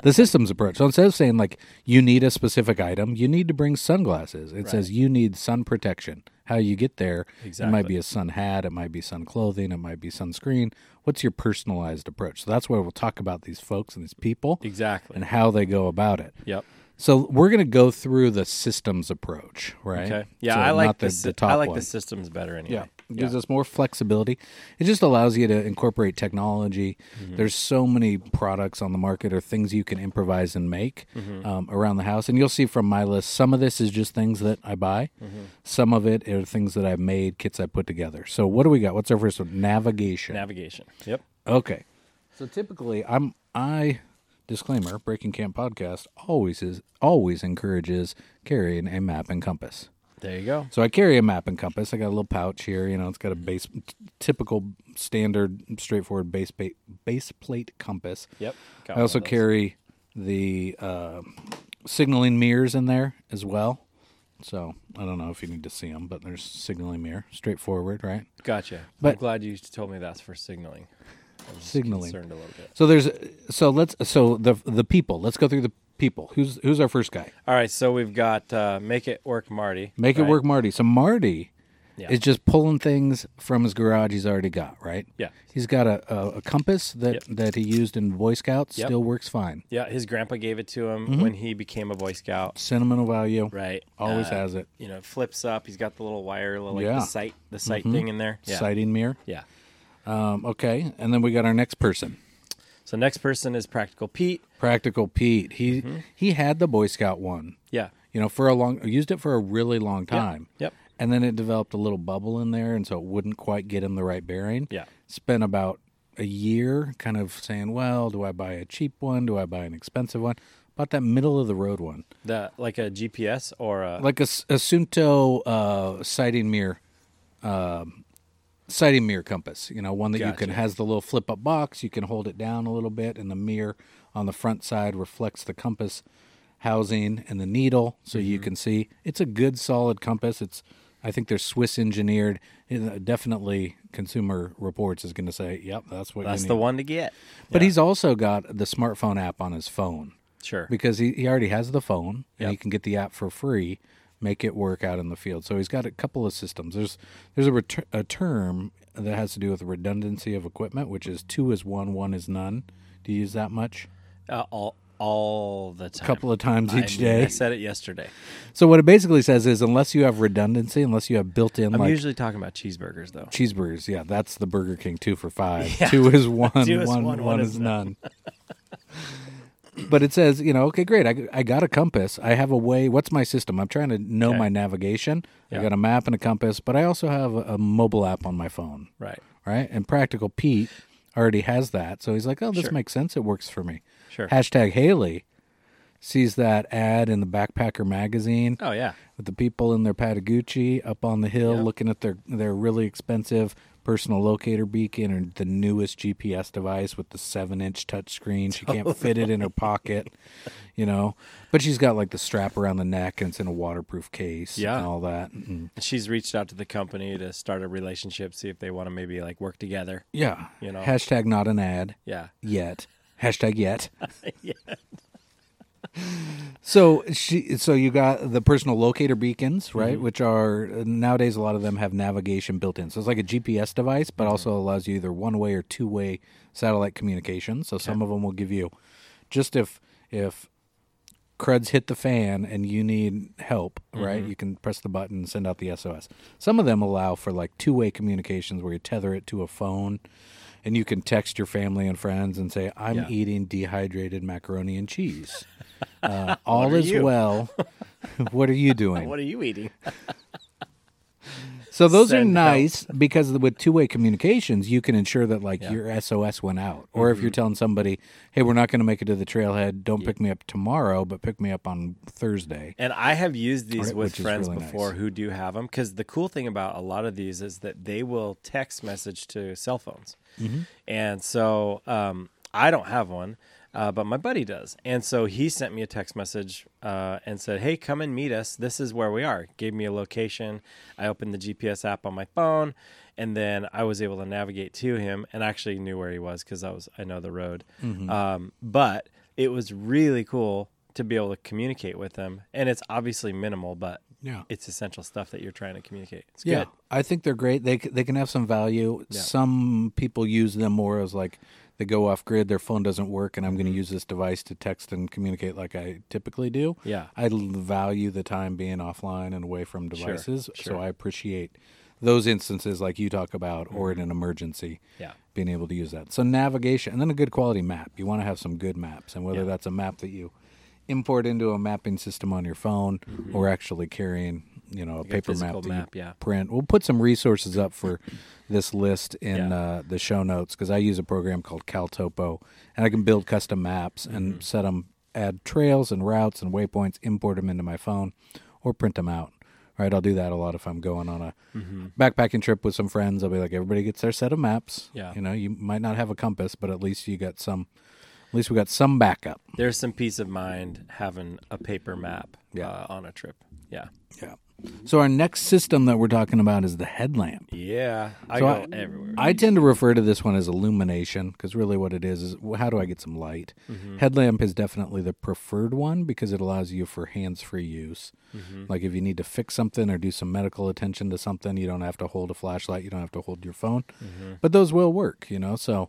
the systems approach. So instead of saying like you need a specific item, you need to bring sunglasses. It says you need sun protection. How you get there? It might be a sun hat. It might be sun clothing. It might be sunscreen. What's your personalized approach? So that's where we'll talk about these folks and these people exactly. and how they go about it. Yep. So we're going to go through the systems approach, right? Okay. Yeah, So I not like the, the, sy- the top I like one. the systems better anyway. Yeah. It gives us more flexibility. It just allows you to incorporate technology. There's so many products on the market or things you can improvise and make um, around the house. And you'll see from my list, some of this is just things that I buy. Some of it are things that I've made, kits I put together. So what do we got? What's our first one? Navigation. Navigation. Yep. okay. So typically I'm I disclaimer, Breaking Camp Podcast always is always encourages carrying a map and compass. There you go. So I carry a map and compass. I got a little pouch here. You know, it's got a base, t- typical, standard, straightforward base ba- base plate compass. Yep. Got I one also of those. carry the uh, signaling mirrors in there as well. So I don't know if you need to see them, but there's signaling mirror, straightforward, right? Gotcha. But- I'm glad you told me that's for signaling. I'm just Signaling. Concerned a little bit. So there's so let's so the the people. Let's go through the people. Who's who's our first guy? All right, so we've got uh, make it work, Marty. Make right? it work, Marty. So Marty Yeah. is just pulling things from his garage he's already got, right? Yeah. He's got a, a, a compass that, Yep. that he used in Boy Scouts, Yep. still works fine. Yeah, his grandpa gave it to Mm-hmm. him when he became a Boy Scout. Sentimental value. Right. Always Uh, has it. You know, it flips up. He's got the little wire, little, like Yeah. Mm-hmm. the sight, the sight thing in there. Yeah. Sighting mirror. Yeah. Um, okay. And then we got our next person. So next person is Practical Pete. Practical Pete. He Mm-hmm. he had the Boy Scout one. Yeah. You know, for a long used it for a really long time. Yep. And then it developed a little bubble in there and so it wouldn't quite get him the right bearing. Yeah. spent about a year kind of saying, well, do I buy a cheap one? Do I buy an expensive one? Bought that middle of the road one, The like a GPS or a like a, S- a Sunto uh, sighting mirror, um, sighting mirror compass. You know, one that you can Gotcha. has the little flip up box. You can hold it down a little bit, and the mirror on the front side reflects the compass housing and the needle, so Mm-hmm. you can see. It's a good solid compass. It's I think they're Swiss engineered. And Definitely, Consumer Reports is going to say, "Yep, that's what that's you need." the one to get. But he's also got the smartphone app on his phone Sure. because he, he already has the phone and he Yep. can get the app for free, make it work out in the field. So he's got a couple of systems. There's there's a, retur- a term that has to do with redundancy of equipment, which is two is one, one is none. Do you use that much? Uh, all all the time. A couple of times I each mean, day. I said it yesterday. So what it basically says is unless you have redundancy, unless you have built in I'm like usually talking about cheeseburgers though. cheeseburgers, yeah, that's the Burger King two for five. Two is one, one Two is one, one, one is, none. but it says, you know, okay, great. I, I got a compass. I have a way. What's my system? I'm trying to know Okay. my navigation. I Yeah. got a map and a compass, but I also have a, a mobile app on my phone, Right. right? And Practical Pete already has that. So he's like, oh, this Sure. makes sense. It works for me. Sure. Hashtag Haley sees that ad in the Backpacker magazine Oh yeah. with the people in their Patagucci up on the hill looking at their their really expensive personal locator beacon or the newest GPS device with the seven inch touchscreen. She can't fit it in her pocket, you know. But she's got like the strap around the neck and it's in a waterproof case Yeah. and all that. Mm-hmm. And, She's reached out to the company to start a relationship, see if they want to maybe like work together. yeah. You know. Hashtag not an ad Yeah. yet. Hashtag yet. So she, so you got the personal locator beacons, right? Which are nowadays a lot of them have navigation built in. So it's like a GPS device, but also allows you either one way or two way satellite communication. So some of them will give you, just if if crud's hit the fan and you need help, Mm-hmm. right? You can press the button and send out the SOS. Some of them allow for like two way communications where you tether it to a phone and you can text your family and friends and say, I'm Yeah. eating dehydrated macaroni and cheese. Uh, all are is you? well. what are you doing? What are you eating? So those are Send nice because with two-way communications, you can ensure that like your SOS went out, or Mm-hmm. if you're telling somebody, "Hey, we're not going to make it to the trailhead. Don't pick me up tomorrow, but pick me up on Thursday." And I have used these Right, with which is friends really nice. before who do have them because the cool thing about a lot of these is that they will text message to cell phones. And so um, I don't have one, uh, but my buddy does. And so he sent me a text message uh, and said, Hey, come and meet us. This is where we are. Gave me a location. I opened the GPS app on my phone. And then I was able to navigate to him and actually knew where he was because I was I know the road. Um, but it was really cool to be able to communicate with them. And it's obviously minimal, but Yeah. it's essential stuff that you're trying to communicate. It's Yeah, good. I think they're great. They c- they can have some value. Some people use them more as like they go off grid. Their phone doesn't work, and I'm Mm-hmm. going to use this device to text and communicate like I typically do. Yeah. I l- value the time being offline and away from devices. So sure. I appreciate those instances like you talk about, or in an emergency. Mm-hmm. Yeah. Being able to use that. So navigation, and then a good quality map. You want to have some good maps, and whether that's a map that you import into a mapping system on your phone, Mm-hmm. or actually carrying, you know, a paper map physical that you map, yeah. print. We'll put some resources up for this list in Yeah. uh, the show notes because I use a program called CalTopo, and I can build custom maps Mm-hmm. and set them, add trails and routes and waypoints, import them into my phone, or print them out. Right, I'll do that a lot if I'm going on a Mm-hmm. backpacking trip with some friends. I'll be like, everybody gets their set of maps. Yeah. you know, you might not have a compass, but at least you got some. At least we got some backup. There's some peace of mind having a paper map uh, on a trip. Yeah. Yeah. So our next system that we're talking about is the headlamp. Yeah. So I go I- everywhere. I tend to refer to this one as illumination because really what it is is well, how do I get some light? Headlamp is definitely the preferred one because it allows you for hands free use. Like if you need to fix something or do some medical attention to something, you don't have to hold a flashlight, you don't have to hold your phone. But those will work, you know? So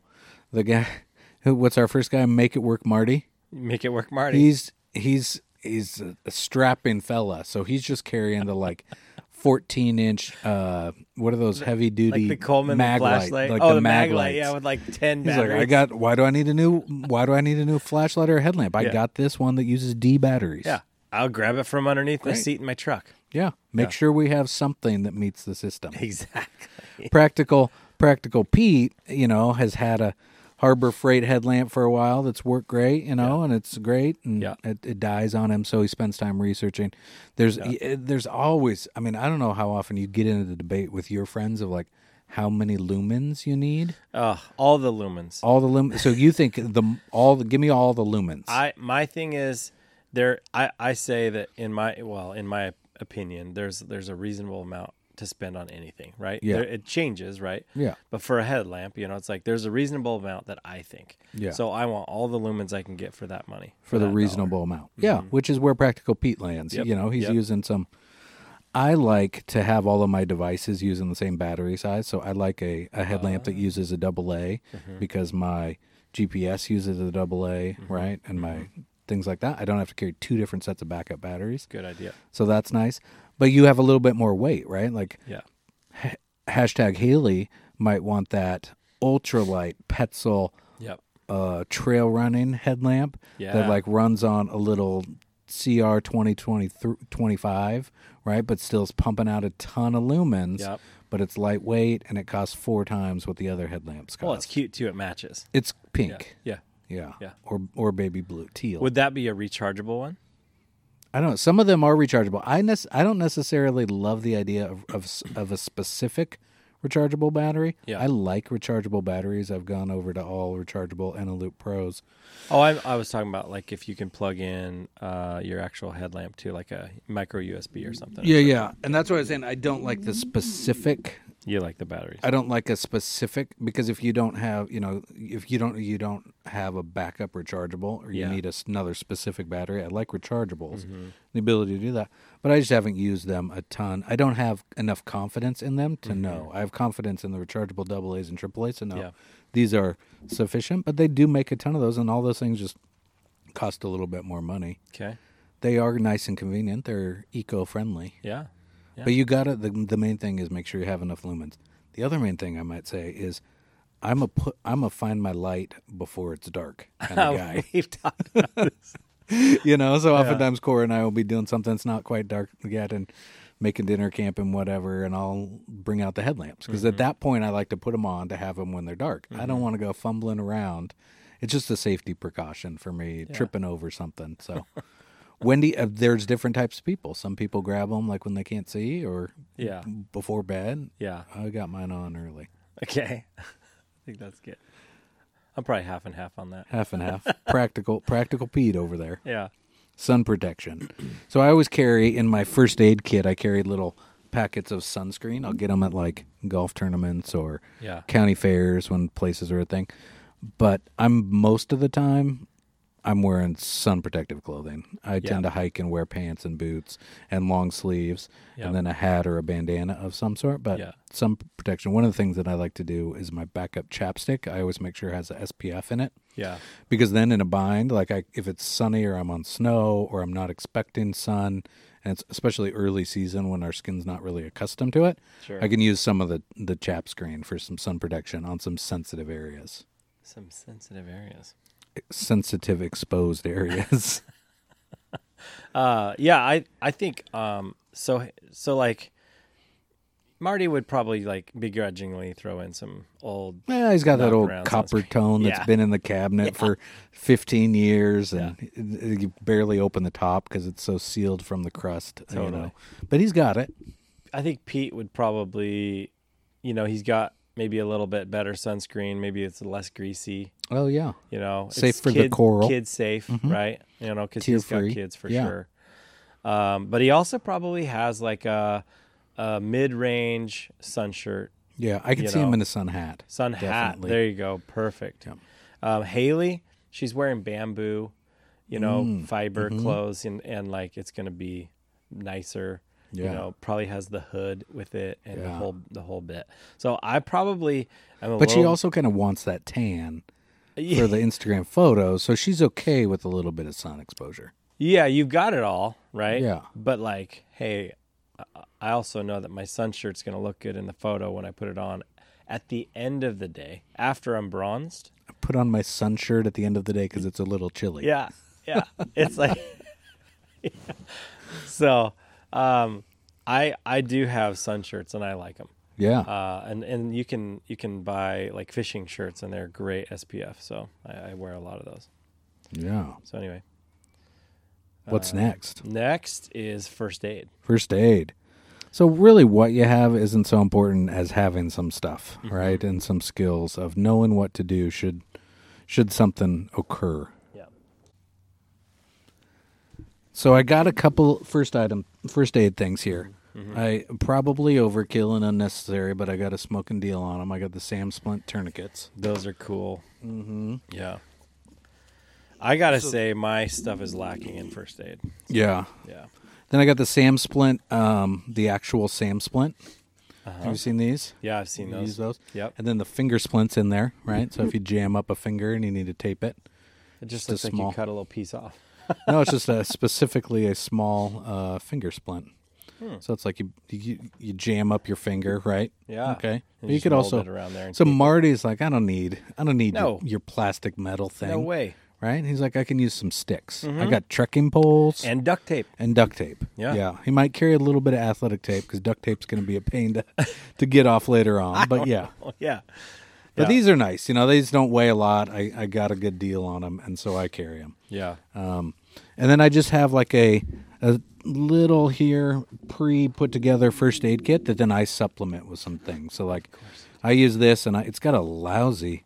the guy, who, what's our first guy? Make it work, Marty. Make it work, Marty. He's, he's, he's a, a strapping fella. So he's just carrying the like, 14 inch uh what are those heavy duty like the Coleman mag light, flashlight. like oh, the, mag, light. lights. Yeah, with like 10 He's batteries. like, I got. Why do I need a new? Why do I need a new flashlight or a headlamp? I Yeah. got this one that uses D batteries. yeah. I'll grab it from underneath the seat in my truck. yeah. Make sure we have something that meets the system. Exactly. practical, practical Pete, you know, has had a Harbor Freight headlamp for a while that's worked great, you know, and it's great, and Yeah. it, it dies on him, so he spends time researching. There's, eh, there's always. I mean, I don't know how often you get into the debate with your friends of like how many lumens you need. Oh, all the lumens. All the lumens. So you think the all the give me all the lumens. I my thing is there I, I say that in my well in my opinion there's there's a reasonable amount to spend on anything right Yeah. There- it changes right Yeah. but for a headlamp you know it's like there's a reasonable amount that I think Yeah. so I want all the lumens I can get for that money for the that Mm-hmm. reasonable amount. Yeah, which is where Practical Pete lands. Yep, You know, he's yep. using some. I like to have all of my devices using the same battery size. So I like a, a headlamp Ah. that uses a double A Mm-hmm. because my GPS uses a double A, right? And my things like that. I don't have to carry two different sets of backup batteries. dollar. Mm-hmm. good idea So that's nice. But you have a little bit more weight, right? Like yeah hashtag Haley might want that ultralight Petzl yep uh, trail running headlamp that Yeah. like runs on a little CR 2020 25, right? But still is pumping out a ton of lumens. Yep. But it's lightweight and it costs four times what the other headlamps cost. well it's cute too it matches It's pink. yeah Yeah. Yeah. Or or baby blue, teal. would that be a rechargeable one I don't. Some of them are rechargeable. I ne- I don't necessarily love the idea of of, s- of a specific rechargeable battery. Yeah. I like rechargeable batteries. I've gone over to all rechargeable and a loop pros. oh I, I was talking about like if you can plug in uh, your actual headlamp to like a micro USB or something Yeah, yeah. And that's what I was saying. I don't like the specific. you like the batteries I don't like a specific because if you don't have, you know, if you don't, you don't have a backup rechargeable, or you Yeah. Mm-hmm. need a s another specific battery. I like rechargeables, the ability to do that. But I just haven't used them a ton. I don't have enough confidence in them to know. I have confidence in the rechargeable double A's and triple A's to know Mm-hmm. Yeah. these are sufficient. But they do make a ton of those, and all those things just cost a little bit more money. okay They are nice and convenient. They're eco friendly. yeah Yeah. But you gotta the the main thing is make sure you have enough lumens. The other main thing I might say is I'm a put I'm a find my light before it's dark kind of Oh. guy. We've talked you know, so oftentimes Cora and I will be doing something that's not quite dark yet and making dinner, camping, whatever, and I'll bring out the headlamps because at that point I like to put them on to have them when they're dark. I don't want to go fumbling around. It's just a safety precaution for me tripping over something. So, Wendy, uh, there's different types of people. Some people grab them like when they can't see or Yeah. before bed. Yeah. I got mine on early, Okay. I think that's good. I'm probably half and half on that. half and half. practical, practical Pete over there. Yeah. sun protection. So I always carry in my first aid kit. I carry little packets of sunscreen. I'll get them at like golf tournaments or Yeah. county fairs when places are a thing. But I'm most of the time I'm wearing sun protective clothing. I tend to hike and wear pants and boots and long sleeves Yeah. and then a hat or a bandana of some sort. But Yeah. sun protection. One of the things that I like to do is my backup chapstick. I always make sure it has a SPF in it Yeah. because then in a bind like I, if it's sunny or i'm on snow or i'm not expecting sun and it's especially early season when our skin's not really accustomed to it Sure. i can use some of the the chap screen for some sun protection on some sensitive areas Some sensitive areas. sensitive exposed areas Uh, yeah, I I think um, so. So like, Marty would probably like begrudgingly throw in some old. yeah Eh, he's got that Knock old around copper sunscreen. tone that's Yeah. been in the cabinet for 15 years and it- it- you barely open the top because it's so sealed from the crust you Totally. know but he's got it I think Pete would probably, you know, he's got maybe a little bit better sunscreen. Maybe it's less greasy. oh yeah You know, Safe It's for the kid- coral. Mm-hmm. Kid safe, right? You know, because he's got Tear-free. kids for Yeah. sure. Um, but he also probably has like a, a mid-range sun shirt yeah i could You see him know, in a sun hat Sun hat. Definitely. There you go. Perfect. Um, Haley, she's wearing bamboo, you know, Mm. fiber Mm-hmm. clothes, and, and like it's gonna be nicer. You Yeah. know, probably has the hood with it and the Yeah. whole the whole bit. So I probably am a But she little- also kind of wants that tan Yeah. for the Instagram photo, so she's okay with a little bit of sun exposure. yeah, you've got it all right. Yeah. But like, hey, I- I also know that my sun shirt's gonna look good in the photo when I put it on. At the end of the day, after I'm bronzed, I put on my sun shirt at the end of the day because it's a little chilly. Yeah, yeah. It's like so. Um, I I do have sun shirts and I like them. Yeah. Uh, and and you can you can buy like fishing shirts and they're great SPF. So I, I wear a lot of those. yeah. So anyway, uh, What's next? next is first aid. First aid. So really what you have isn't so important as having some stuff, Mm-hmm. right? And some skills of knowing what to do should should something occur. Yeah. So I got a couple first item first aid things here. Mm-hmm. I probably overkill and unnecessary, but I got a smoking deal on them. I got the Sam Splint tourniquets. Those are cool. Mm-hmm. Yeah. I gotta say, my stuff is lacking in first aid. Yeah. Yeah. Then I got the Sam Splint, um, the actual Sam Splint. Have you seen these? Yeah, I've seen You Use Uh-huh. those. those. Yep. And then the finger splints in there, right? So if you jam up a finger and you need to tape it, It just a looks like small- you cut a little piece off. no, it's just a, specifically a small uh, finger splint. Hmm. So it's like you, you you jam up your finger, right? Yeah. Okay. And But you just could mold also it around there and So tape it. Marty's like, I don't need I don't need No. your, your plastic metal thing. No way. Mm-hmm. Right? He's like, I can use some sticks. I got trekking poles And duct tape. and duct tape. Yeah. yeah. He might carry a little bit of athletic tape because duct tape's going to be a pain to, to get off later on. But yeah, Oh, yeah. but Yeah. these are nice. You know, these don't weigh a lot. I, I got a good deal on them, and so I carry them. Yeah. Um, and then I just have like a a little here pre put together first aid kit that then I supplement with some things. So like, I use this, and I, it's got a lousy.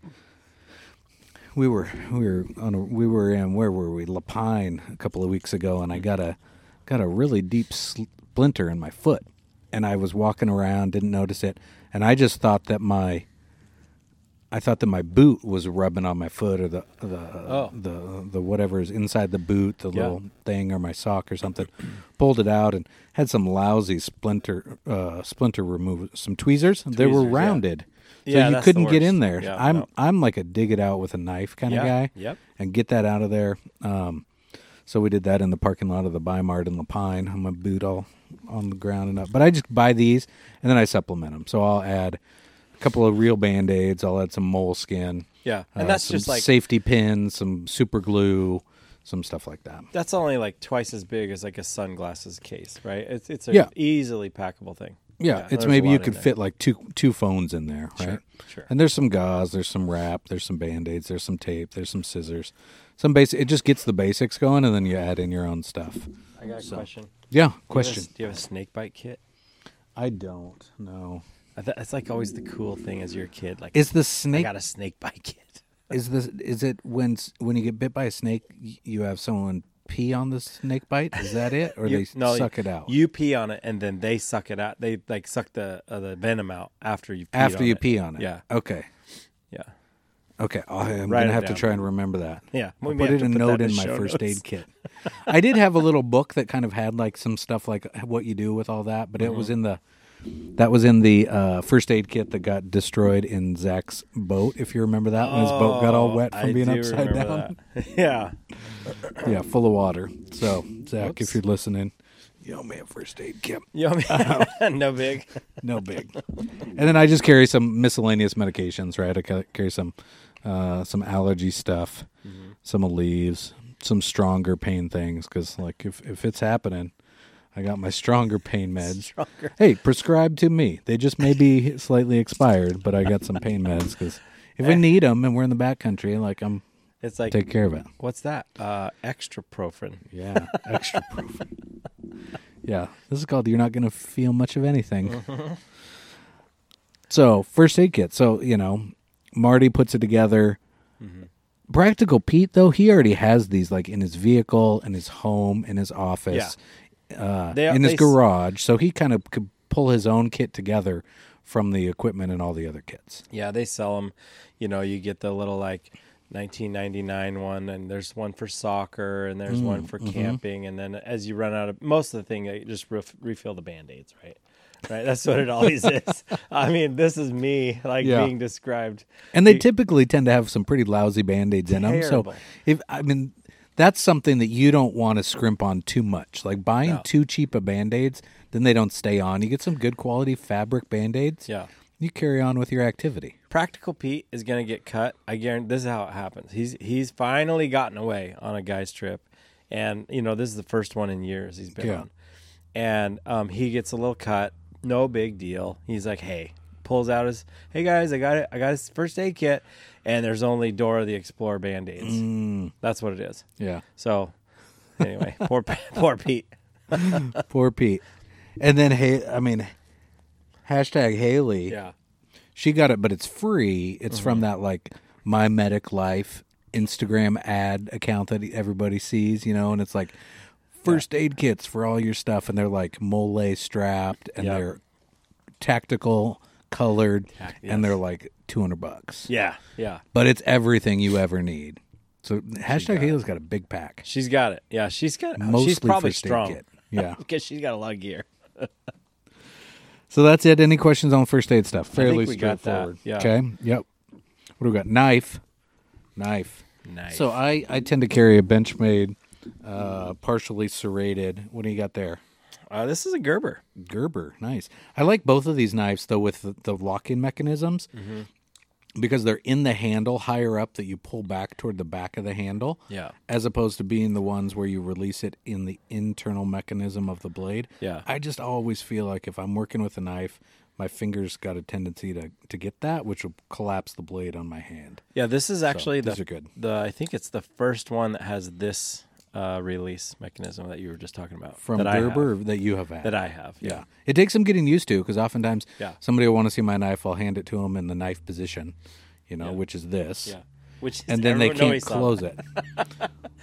We were we were on a, we were in where were we Lapine a couple of weeks ago, and I got a got a really deep splinter in my foot, and I was walking around, didn't notice it, and I just thought that my I thought that my boot was rubbing on my foot or the the the the whatever is inside the boot, the Yeah. little thing or my sock or something. Pulled it out and had some lousy splinter uh, splinter removal, some tweezers. they were Tweezers, yeah. rounded, so Yeah, you that's the couldn't get in worst. there. Yeah, I'm no. I'm like a dig it out with a knife kind of Yeah, guy. yep. and get that out of there. Um, so we did that in the parking lot of the Bimart in Lapine. I'm a boot all on the ground and up. But I just buy these and then I supplement them. So I'll add a couple of real band aids. I'll add some moleskin. Yeah. And uh, that's some just like safety pins, some super glue, some stuff like that. That's only like twice as big as like a sunglasses case, right? It's it's an Yeah. easily packable thing. Yeah, there's it's a maybe you lot in could there. fit like two two phones in there, right? sure. And there's some gauze, there's some wrap, there's some band aids, there's some tape, there's some scissors, some basic. It just gets the basics going, and then you add in your own stuff. I got a question. Yeah, Do you have a- question. Do you have a snake bite kit? I don't know. I th- That's like always the cool thing as your kid. Like, Is the I snake got a snake bite kit. is this is it when s- when you get bit by a snake, y- you have someone pee on the snake bite? Is that it, or You- they suck it out You pee on it, and then they suck it out. They like suck the uh, the venom out after you peed after on you it. pee on it? Yeah. Okay. Yeah, Okay. I- I'm Write gonna it have to down. try and remember that. yeah. We I may put have it to a that note the in my show first notes. aid kit. I did have a little book that kind of had like some stuff like what you do with all that, but it was Mm-hmm. in the that was in the uh, first aid kit that got destroyed in Zach's boat. If you remember that, when his boat got all Oh, wet from I being do upside remember down. that. yeah, Yeah, full of water. So Zach, Whoops. if you're listening, yo man, first aid kit, yeah. no big. no big. and then I just carry some miscellaneous medications, right? I ca- carry some uh, some allergy stuff, some leaves, some stronger pain things, because like if if it's happening, I got my stronger pain meds. Stronger. Hey, prescribed to me. They just may be slightly expired, but I got some pain meds because if we need them and we're in the back country, like I'm It's like take care of it. what's that? Uh, extra profen. Yeah, extra proof. yeah, this is called "You're Not Gonna Feel Much of Anything." Mm-hmm. so, first aid kit. So you know, Marty puts it together. Mm-hmm. Practical Pete, though, he already has these like in his vehicle, in his home, in his office, uh, They- in his they s- garage. So he kind of could pull his own kit together from the equipment and all the other kits. Yeah, they sell them. You know, you get the little like 1999 one, and there's one for soccer, and there's one for camping, and then as you run out of most of the thing, you just ref- refill the band aids, right? Right, that's what it always is. I mean, this is me like Yeah. being described. And they typically tend to have some pretty lousy band aids in them. So, Terrible. if I mean, that's something that you don't want to scrimp on too much. Like buying No. too cheap a band aids, then they don't stay on. You get some good quality fabric band aids. Yeah. You carry on with your activity. Practical Pete is gonna get cut. I guarantee this is how it happens. He's he's finally gotten away on a guy's trip, and you know this is the first one in years he's been Yeah. on, and um, he gets a little cut. No big deal. He's like, hey, pulls out his hey guys, I got it. I got his first aid kit, and there's only Dora the Explorer band aids. Mm. That's what it is. Yeah. So anyway, poor P- poor Pete. Poor Pete. And then, hey, I mean, hashtag Haley. Yeah, She got it, but it's free. It's from Mm-hmm. that like My Medic Life Instagram ad account that everybody sees, you know, and it's like first aid kits for all your stuff, and they're like mole strapped and Yeah. they're tactical colored and yes. they're like 200 bucks. yeah, yeah. But it's everything you ever need. So hashtag Halo's got a big pack. She's got it. Yeah, she's got. Mostly she's probably first aid strong kit. Yeah. because she's got a lot of gear. So that's it. Any questions on first aid stuff? Fairly we got straightforward. that. Yeah. Okay. Yep. What do we got? Knife. Knife. Nice. So I, I tend to carry a Benchmade, uh, partially serrated. What do you got there? uh, this is a Gerber. Gerber, nice. I like both of these knives though with the, the lock-in mechanisms Mm-hmm. because they're in the handle higher up that you pull back toward the back of the handle. Yeah. As opposed to being the ones where you release it in the internal mechanism of the blade. Yeah. I just always feel like if I'm working with a knife, my fingers got a tendency to to get that, which will collapse the blade on my hand. Yeah, this is actually these the, are good. the I think it's the first one that has this uh, release mechanism that you were just talking about From that I have- Gerber that you have had. that I have. Yeah. Yeah. It takes some getting used to because oftentimes Yeah. somebody will want to see my knife. I'll hand it to them in the knife position, you know, which is this. yeah, which is And then they everyone always can't saw. close it.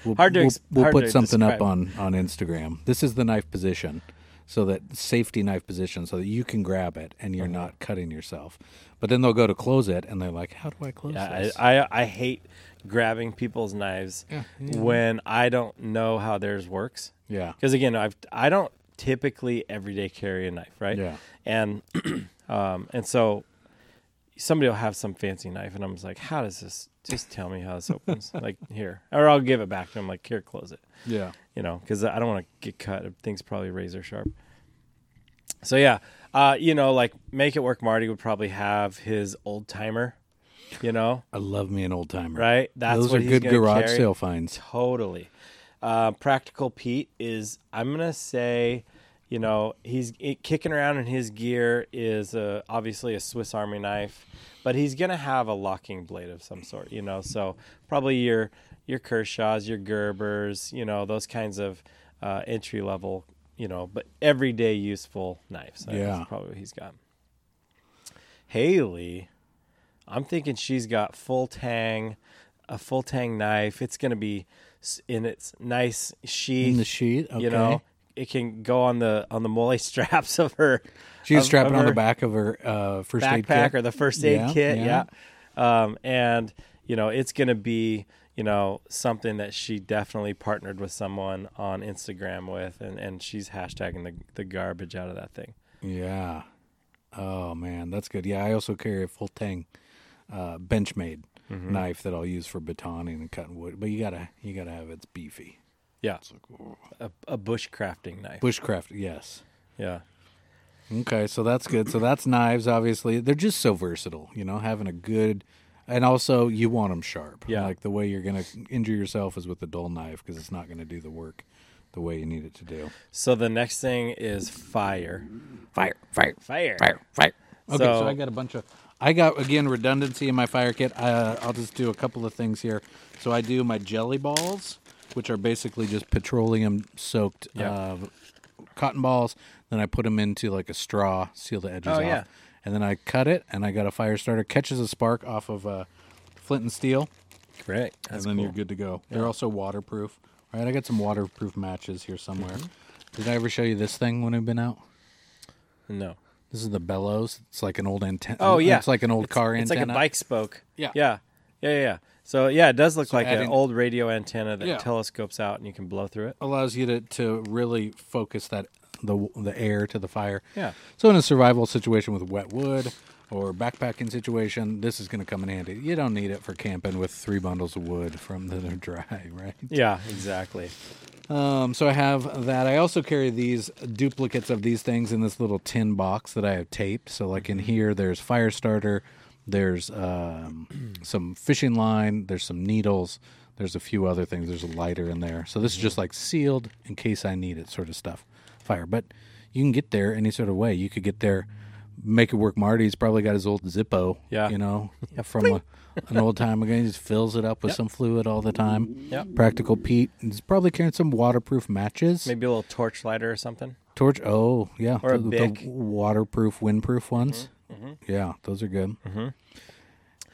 We'll, Hard to we'll, ex- we'll hard put to something up on, describe. on Instagram. This is the knife position. So that safety knife position so that you can grab it and you're Uh-huh. not cutting yourself. But then they'll go to close it and they're like, How do I close Yeah, this? I, I I hate grabbing people's knives when I don't know how theirs works. yeah. Because again, I've I don't typically everyday carry a knife, right? Yeah. And um and so somebody will have some fancy knife, and I'm just like, how does this? Just tell me how this opens. like here, or I'll give it back to him. Like here, close it. Yeah. You know, because I don't want to get cut. Things probably razor sharp. So yeah, uh, you know, like make it work. Marty would probably have his old timer You know, I love me an old timer. right? That's Those what are he's good gonna garage carry. sale finds. Totally. Uh, Practical Pete is, I'm going to say, you know, he's it, kicking around in his gear is uh obviously a Swiss Army knife, but he's going to have a locking blade of some sort, you know. So probably your your Kershaws, your Gerbers, you know, those kinds of uh, entry level, you know, but everyday useful knives. That's Yeah. probably what he's got. Haley, I'm thinking she's got full tang, a full tang knife. It's going to be s- in its nice sheath. In the sheet, okay. You know, it can go on the on the molly straps of her. she was of- strapping of on the her back of her uh, first aid backpack kit. or the first aid Yeah, kit. yeah. Yeah. Um, and you know, it's going to be you know something that she definitely partnered with someone on Instagram with, and and she's hashtagging the the garbage out of that thing. yeah. Oh man, that's good. Yeah, I also carry a full tang uh, Benchmade knife that I'll use for batoning and cutting wood. But you gotta you gotta have it's beefy. Yeah, It's like, oh. a, a bushcrafting knife. Bushcraft, yes. Yeah. Okay, so that's good. So that's knives. Obviously, they're just so versatile. You know, having a good, and also you want them sharp. Yeah. like the way you're gonna injure yourself is with a dull knife because it's not gonna do the work the way you need it to do. So the next thing is fire. Fire, fire, Fire. fire. Okay, so, So- I got a bunch of. I got again redundancy in my fire kit. Uh, I'll just do a couple of things here. So I do my jelly balls, which are basically just petroleum soaked Yeah. uh, cotton balls. Then I put them into like a straw, seal the edges Oh, off, yeah. and then I cut it. And I got a fire starter catches a spark off of uh, flint and steel, Great. That's and then cool. you're good to go. They're also waterproof. All right, I got some waterproof matches here somewhere. Mm-hmm. Did I ever show you this thing when I've been out? No. This is the bellows. It's like an old antenna. Oh yeah. it's like an old car It's antenna. like a bike spoke. Yeah. Yeah. Yeah. Yeah. yeah. So yeah, it does look like adding- an old radio antenna that Yeah. telescopes out and you can blow through it. Allows you to, to really focus that the the air to the fire. Yeah. So in a survival situation with wet wood or backpacking situation, this is going to come in handy. You don't need it for camping with three bundles of wood from the dry, right? Yeah. Exactly. Um, so I have that. I also carry these duplicates of these things in this little tin box that I have taped. So like in here, there's fire starter, there's um, some fishing line, there's some needles, there's a few other things. There's a lighter in there. So this is just like sealed in case I need it, sort of stuff. Fire, but you can get there any sort of way. You could get there, make it work. Marty's probably got his old Zippo, Yeah. you know, from a, an old time ago. He just fills it up with some fluid all the time. Yep. Practical Pete. He's probably carrying some waterproof matches. Maybe a little torch lighter or something. Torch. Oh, yeah. Or a Mm-hmm. the, Bic. the waterproof, windproof ones. Yeah, those are good. Mm-hmm.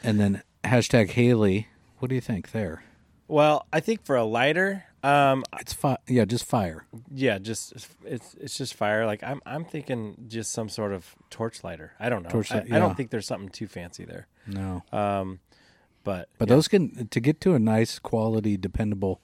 And then hashtag Haley. What do you think there? Well, I think for a lighter, um, It's fire. Yeah, just fire. yeah, just it's it's just fire. Like I'm I'm thinking just some sort of torch lighter. I don't know. Torch I, light- I yeah. don't think there's something too fancy there. No, Um, but but those can to get to a nice quality, dependable,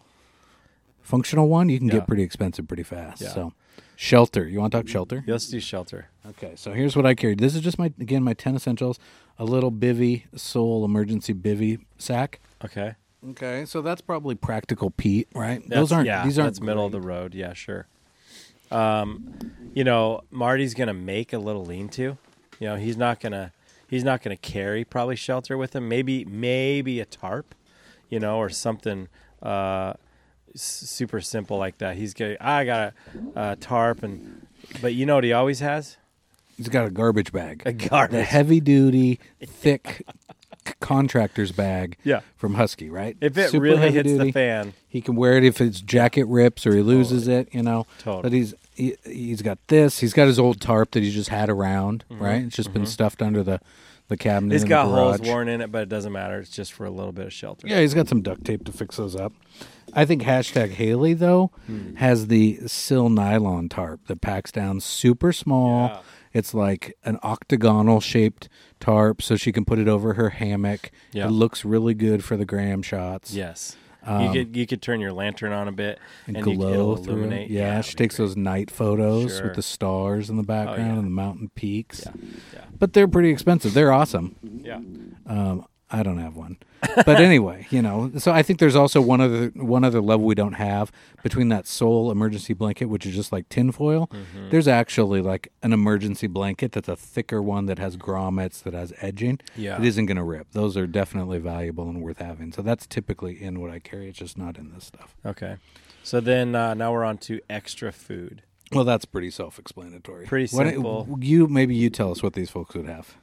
functional one. You can Yeah. get pretty expensive pretty fast. Yeah. So, shelter. You want to talk shelter? let's do shelter. Okay, so here's what I carried. This is just my again my ten essentials, a little bivy sole emergency bivy sack. Okay. Okay, so that's probably practical Pete, right? That's- those aren't yeah, these aren't that's middle of the road. Yeah, sure. Um, you know, Marty's gonna make a little lean-to. You know, he's not gonna he's not gonna carry probably shelter with him. Maybe maybe a tarp, you know, or something uh, s- super simple like that. He's gonna I got a, a tarp and but you know what he always has He's got a garbage bag, a the garbage. heavy duty, thick c- contractor's bag. Yeah. from Husky, right? If it Super really heavy hits duty. the fan, He can wear it if his jacket rips or he loses it, you know. Totally. But he's he, he's got this. He's got his old tarp that he's just had around, right? It's just been stuffed under the the cabinet. it's in Mm-hmm. got the garage. holes worn in it, but it doesn't matter. It's just for a little bit of shelter. Yeah, he's got some duct tape to fix those up. I think hashtag Haley though Hmm. has the sill nylon tarp that packs down super small. Yeah. It's like an octagonal shaped tarp, so she can put it over her hammock. Yeah. It looks really good for the gram shots. Yes. you could you could turn your lantern on a bit Um, And, and, you, could- glow it'll through. it. illuminate. Yeah, it'd she be takes those night photos Sure. Oh, with the stars in the background yeah. and the mountain peaks. great. Yeah, But they're pretty expensive. They're awesome. yeah, Um, I don't have one. But anyway, you know, so I think there's also one other one other level we don't have between that sole emergency blanket, which is just like tinfoil. Mm-hmm. There's actually like an emergency blanket that's a thicker one that has grommets that has edging. Yeah. it isn't going to rip. Those are definitely valuable and worth having. So that's typically in what I carry. It's just not in this stuff. Okay. So then uh, now we're on to extra food. Well, that's pretty self-explanatory. Pretty Why don't- simple. you maybe you tell us what these folks would have.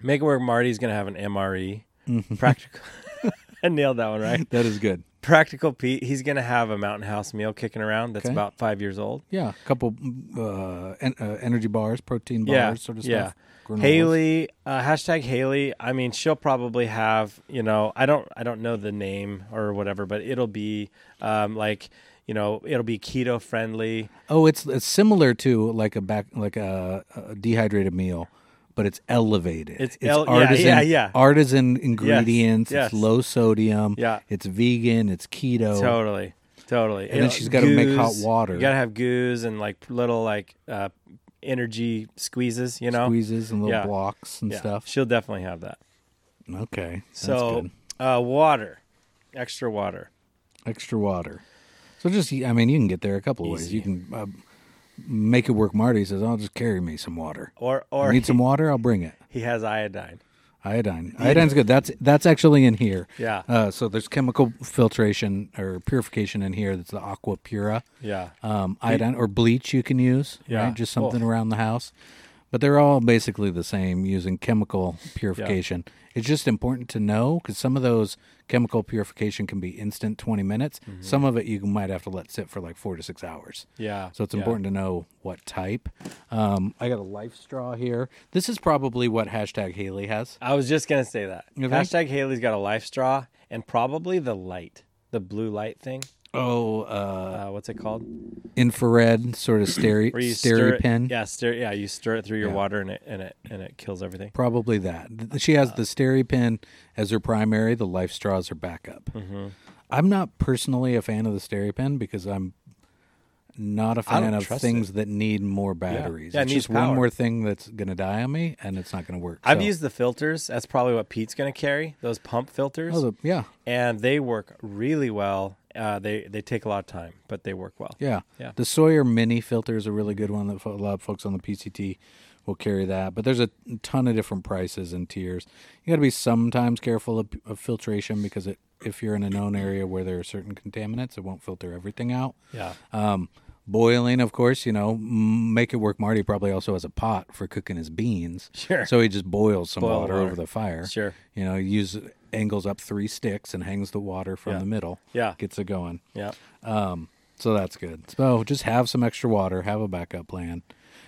Make it work. Marty's going to have an MRE. Mm-hmm. Practical. I nailed that one right. That is good. Practical Pete. He's going to have a Mountain House meal kicking around that's Okay. about five years old. Yeah, a couple uh, en- uh, energy bars, protein bars, yeah. sort of yeah. stuff. Granolas. Haley, uh, hashtag Haley. I mean, she'll probably have you know. I don't. I don't know the name or whatever, but it'll be um, like you know, it'll be keto friendly. Oh, it's, it's similar to like a back like a, a dehydrated meal, but it's elevated. It's el- yeah, yeah, yeah. artisan ingredients. yes. It's low sodium. Yeah. it's vegan. It's keto. Totally, totally. And then she's gotta make hot goos. water. You gotta have goos and like little like uh, energy squeezes. You know, Squeezes and little Yeah. blocks and Yeah, stuff. She'll definitely have that. Okay, that's so good. uh, water, extra water. extra water. So just I mean, you can get there a couple of ways. Easy. You can uh, make it work. Marty says, "I'll just carry me some water. Or I or need some water? I'll bring it." he has iodine. Iodine. Iodine's good. That's that's actually in here. Yeah. Uh, so there's chemical filtration or purification in here. That's the aqua pura. Yeah. Um, iodine or bleach you can use. Yeah. Right? Just something around the house. But they're all basically the same using chemical purification. It's just important to know because some of those chemical purification can be instant, 20 minutes. Some of it you might have to let sit for like four to six hours. Yeah. So it's yeah. important to know what type. Um, I got a life straw here. This is probably what hashtag Haley has. I was just gonna say that. You think? Hashtag Haley's got a life straw and probably the light, the blue light thing. Oh, uh, Uh, what's it called? infrared sort of stereo Where you stir stereo it- pen. Yeah, stir. Yeah, you stir it through your Yeah. water and it and it and it kills everything. Probably that. Th- She has Uh. the stereo pen as her primary. The life straws are backup. Mm-hmm. I'm not personally a fan of the stereo pen because I'm not a fan don't of trust things that need more batteries. Yeah, it it's needs just power. one more thing that's going to die on me, and it's not going to work. I've So- used the filters. That's probably what Pete's going to carry. Those pump filters, Oh, the- yeah, and they work really well. Uh, they they take a lot of time, but they work well. yeah, Yeah. The Sawyer Mini filter is a really good one that fo- a lot of folks on the PCT will carry that. But there's a ton of different prices and tiers. You got to be sometimes careful of, of filtration because it, if you're in a known area where there are certain contaminants, it won't filter everything out. Yeah. Um, boiling, of course, you know, m- make it work. Marty probably also has a pot for cooking his beans. Sure. So he just boils some Boil water, water. over the fire. Sure. You know, he use angles up three sticks and hangs the water from Yeah. the middle. Yeah. Gets it going. Yeah. So that's good. So just have some extra water, have a backup plan.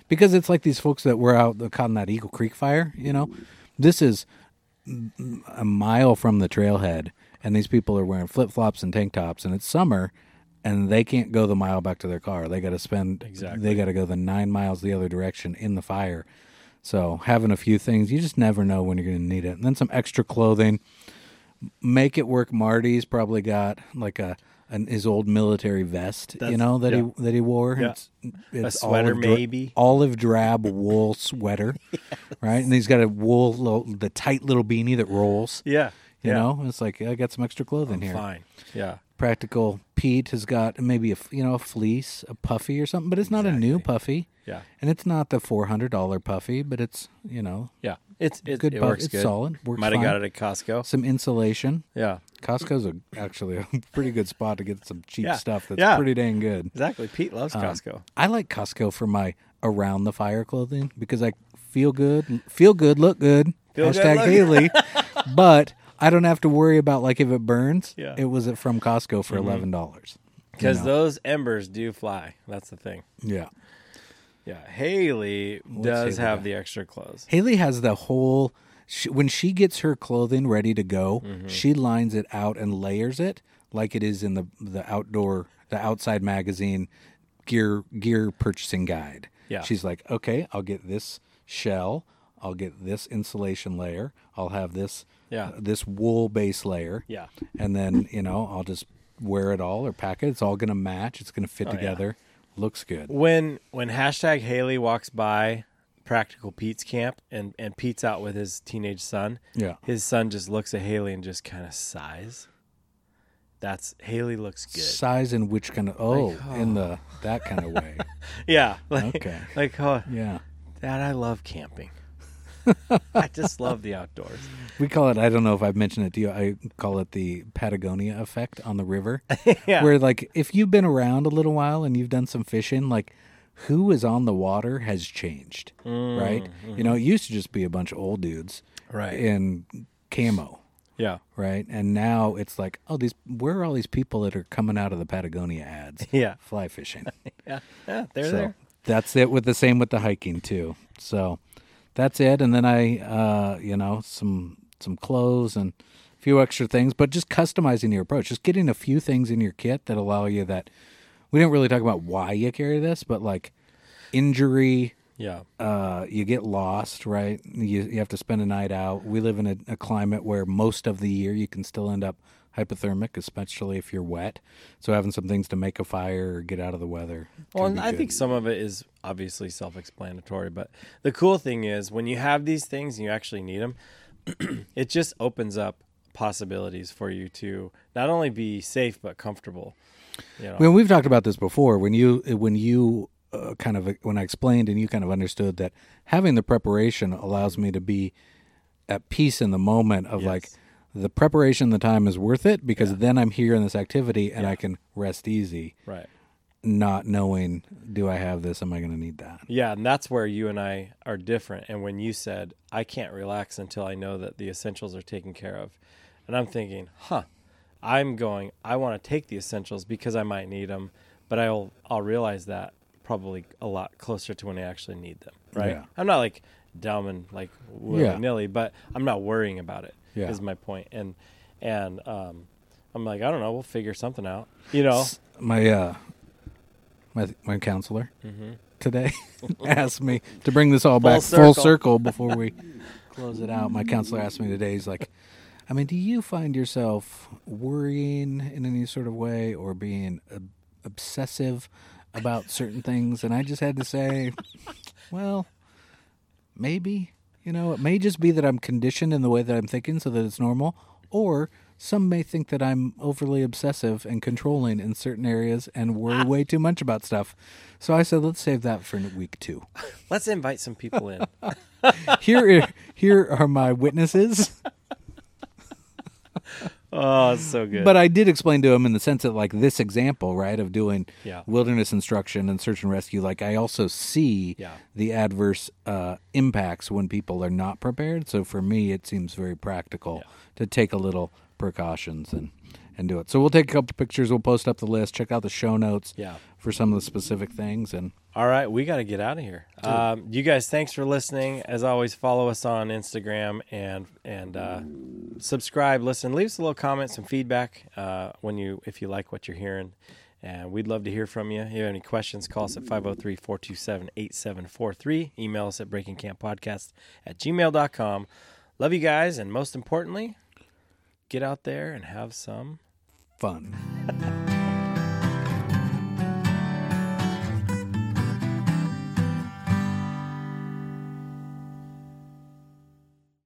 Because it's like these folks that were out caught in that Eagle Creek fire, you know. This is a mile from the trailhead and these people are wearing flip-flops and tank tops and it's summer and they can't go the mile back to their car. They got to spend Exactly. they got to go the 9 miles the other direction in the fire. So having a few things, you just never know when you're going to need it. And then some extra clothing make it work marty's probably got like a an his old military vest That's- you know that yeah. he that he wore Yeah. it's, it's sweater, olive dra- maybe? olive drab wool sweater right and he's got a wool lo- the tight little beanie that rolls Yeah. you yeah. know it's like i got some extra clothing here Fine. Yeah. practical pete has got maybe a f- you know a fleece a puffy or something but it's not a new puffy Yeah. and it's not the $400 puffy but it's you know Yeah. It's it, Good it bu- works it's good. solid, works Might have got it fine. at Costco. some insulation Yeah. Costco's a, actually a pretty good spot to get some cheap Yeah. stuff that's Yeah. pretty dang good. Exactly. Pete loves Um, Costco. I like Costco for my around the fire clothing because I feel good, feel good, look good. Feel good, hashtag look Haley, but I don't have to worry about like if it burns. Yeah. Mm-hmm. It was from Costco for eleven dollars. Because those embers do fly. That's the thing. Yeah, Yeah. Haley does Haley have got? the extra clothes. Haley has the whole. She, when she gets her clothing ready to go, Mm-hmm. she lines it out and layers it like it is in the the outdoor the outside magazine gear gear purchasing guide. Yeah. she's like, okay, I'll get this shell, I'll get this insulation layer, I'll have this uh, Yeah. this wool base layer, Yeah. and then you know I'll just wear it all or pack it. It's all gonna Oh, match. It's gonna fit together. Looks good. When when hashtag Haley walks by Practical Pete's camp, and and Pete's out with his teenage son. Yeah. His son just looks at Haley and just kind of sighs. That's Haley looks good. Size in which kind of oh, in the that kind of way. Yeah. Like, Okay. Like oh, yeah. Dad, I love camping. I just love the outdoors. We call it I don't know if I've mentioned it to you, I call it the Patagonia effect on the river. Yeah. Where like if you've been around a little while and you've done some fishing, like who is on the water has changed. right? You know, it used to just be a bunch of old dudes Mm, mm-hmm. Right. in camo. Yeah. right? And now it's like, oh, these where are all these people that are coming out of the Patagonia ads? Yeah. fly fishing. Yeah. Yeah. They're so there. that's it. With the same with the hiking too. So that's it. And then I, uh, you know, some some clothes and a few extra things, but just customizing your approach, just getting a few things in your kit that allow you that. We didn't really talk about why you carry this, but like injury, Yeah. uh, you get lost, right? You, you have to spend a night out. We live in a, a climate where most of the year you can still end up hypothermic, especially if you're wet. So having some things to make a fire or get out of the weather. Well, can and be I good. think some of it is obviously self-explanatory, but the cool thing is when you have these things and you actually need them, it just opens up possibilities for you to not only be safe but comfortable. You know, When we've talked about this before, when you when you uh, kind of when I explained and you kind of understood that having the preparation allows me to be at peace in the moment of like the preparation, the time is worth it because then I'm here in this activity and I can rest easy. right? not knowing do I have this? Am I going to need that? Yeah, and that's where you and I are different. And when you said, I can't relax until I know that the essentials are taken care of, and I'm thinking, huh, I'm going, I want to take the essentials because I might need them, but I'll, I'll realize that probably a lot closer to when I actually need them, right? Yeah. I'm not like dumb and like willy nilly, but I'm not worrying about it. Is Yeah. my point. And, and, um, I'm like, I don't know, we'll figure something out, you know? My uh, my my counselor today asked me to bring this all back circle. full circle before we close it out. My counselor asked me today. He's like, I mean, do you find yourself worrying in any sort of way or being ob- obsessive about certain things? And I just had to say, well, maybe you know it may just be that i'm conditioned in the way that i'm thinking so that it's normal or some may think that i'm overly obsessive and controlling in certain areas and worry way too much about stuff so i said let's save that for week two Let's invite some people in. here are, here are my witnesses oh, it's so good. but i did explain to him in the sense that like this example right of doing Yeah. wilderness instruction and search and rescue like i also see Yeah. the adverse uh, impacts when people are not prepared so for me it seems very practical to take a little precautions and and do it so we'll take a couple pictures we'll post up the list check out the show notes Yeah. for some of the specific things and All right, we got to get out of here. Um, you guys, thanks for listening. As always, follow us on Instagram and and uh, subscribe. Listen, leave us a little comment, some feedback uh, when you if you like what you're hearing, and we'd love to hear from you. If you have any questions, call us at 503-427-8743. Email us at breakingcamppodcast at gmail.com. Love you guys, and most importantly, get out there and have some fun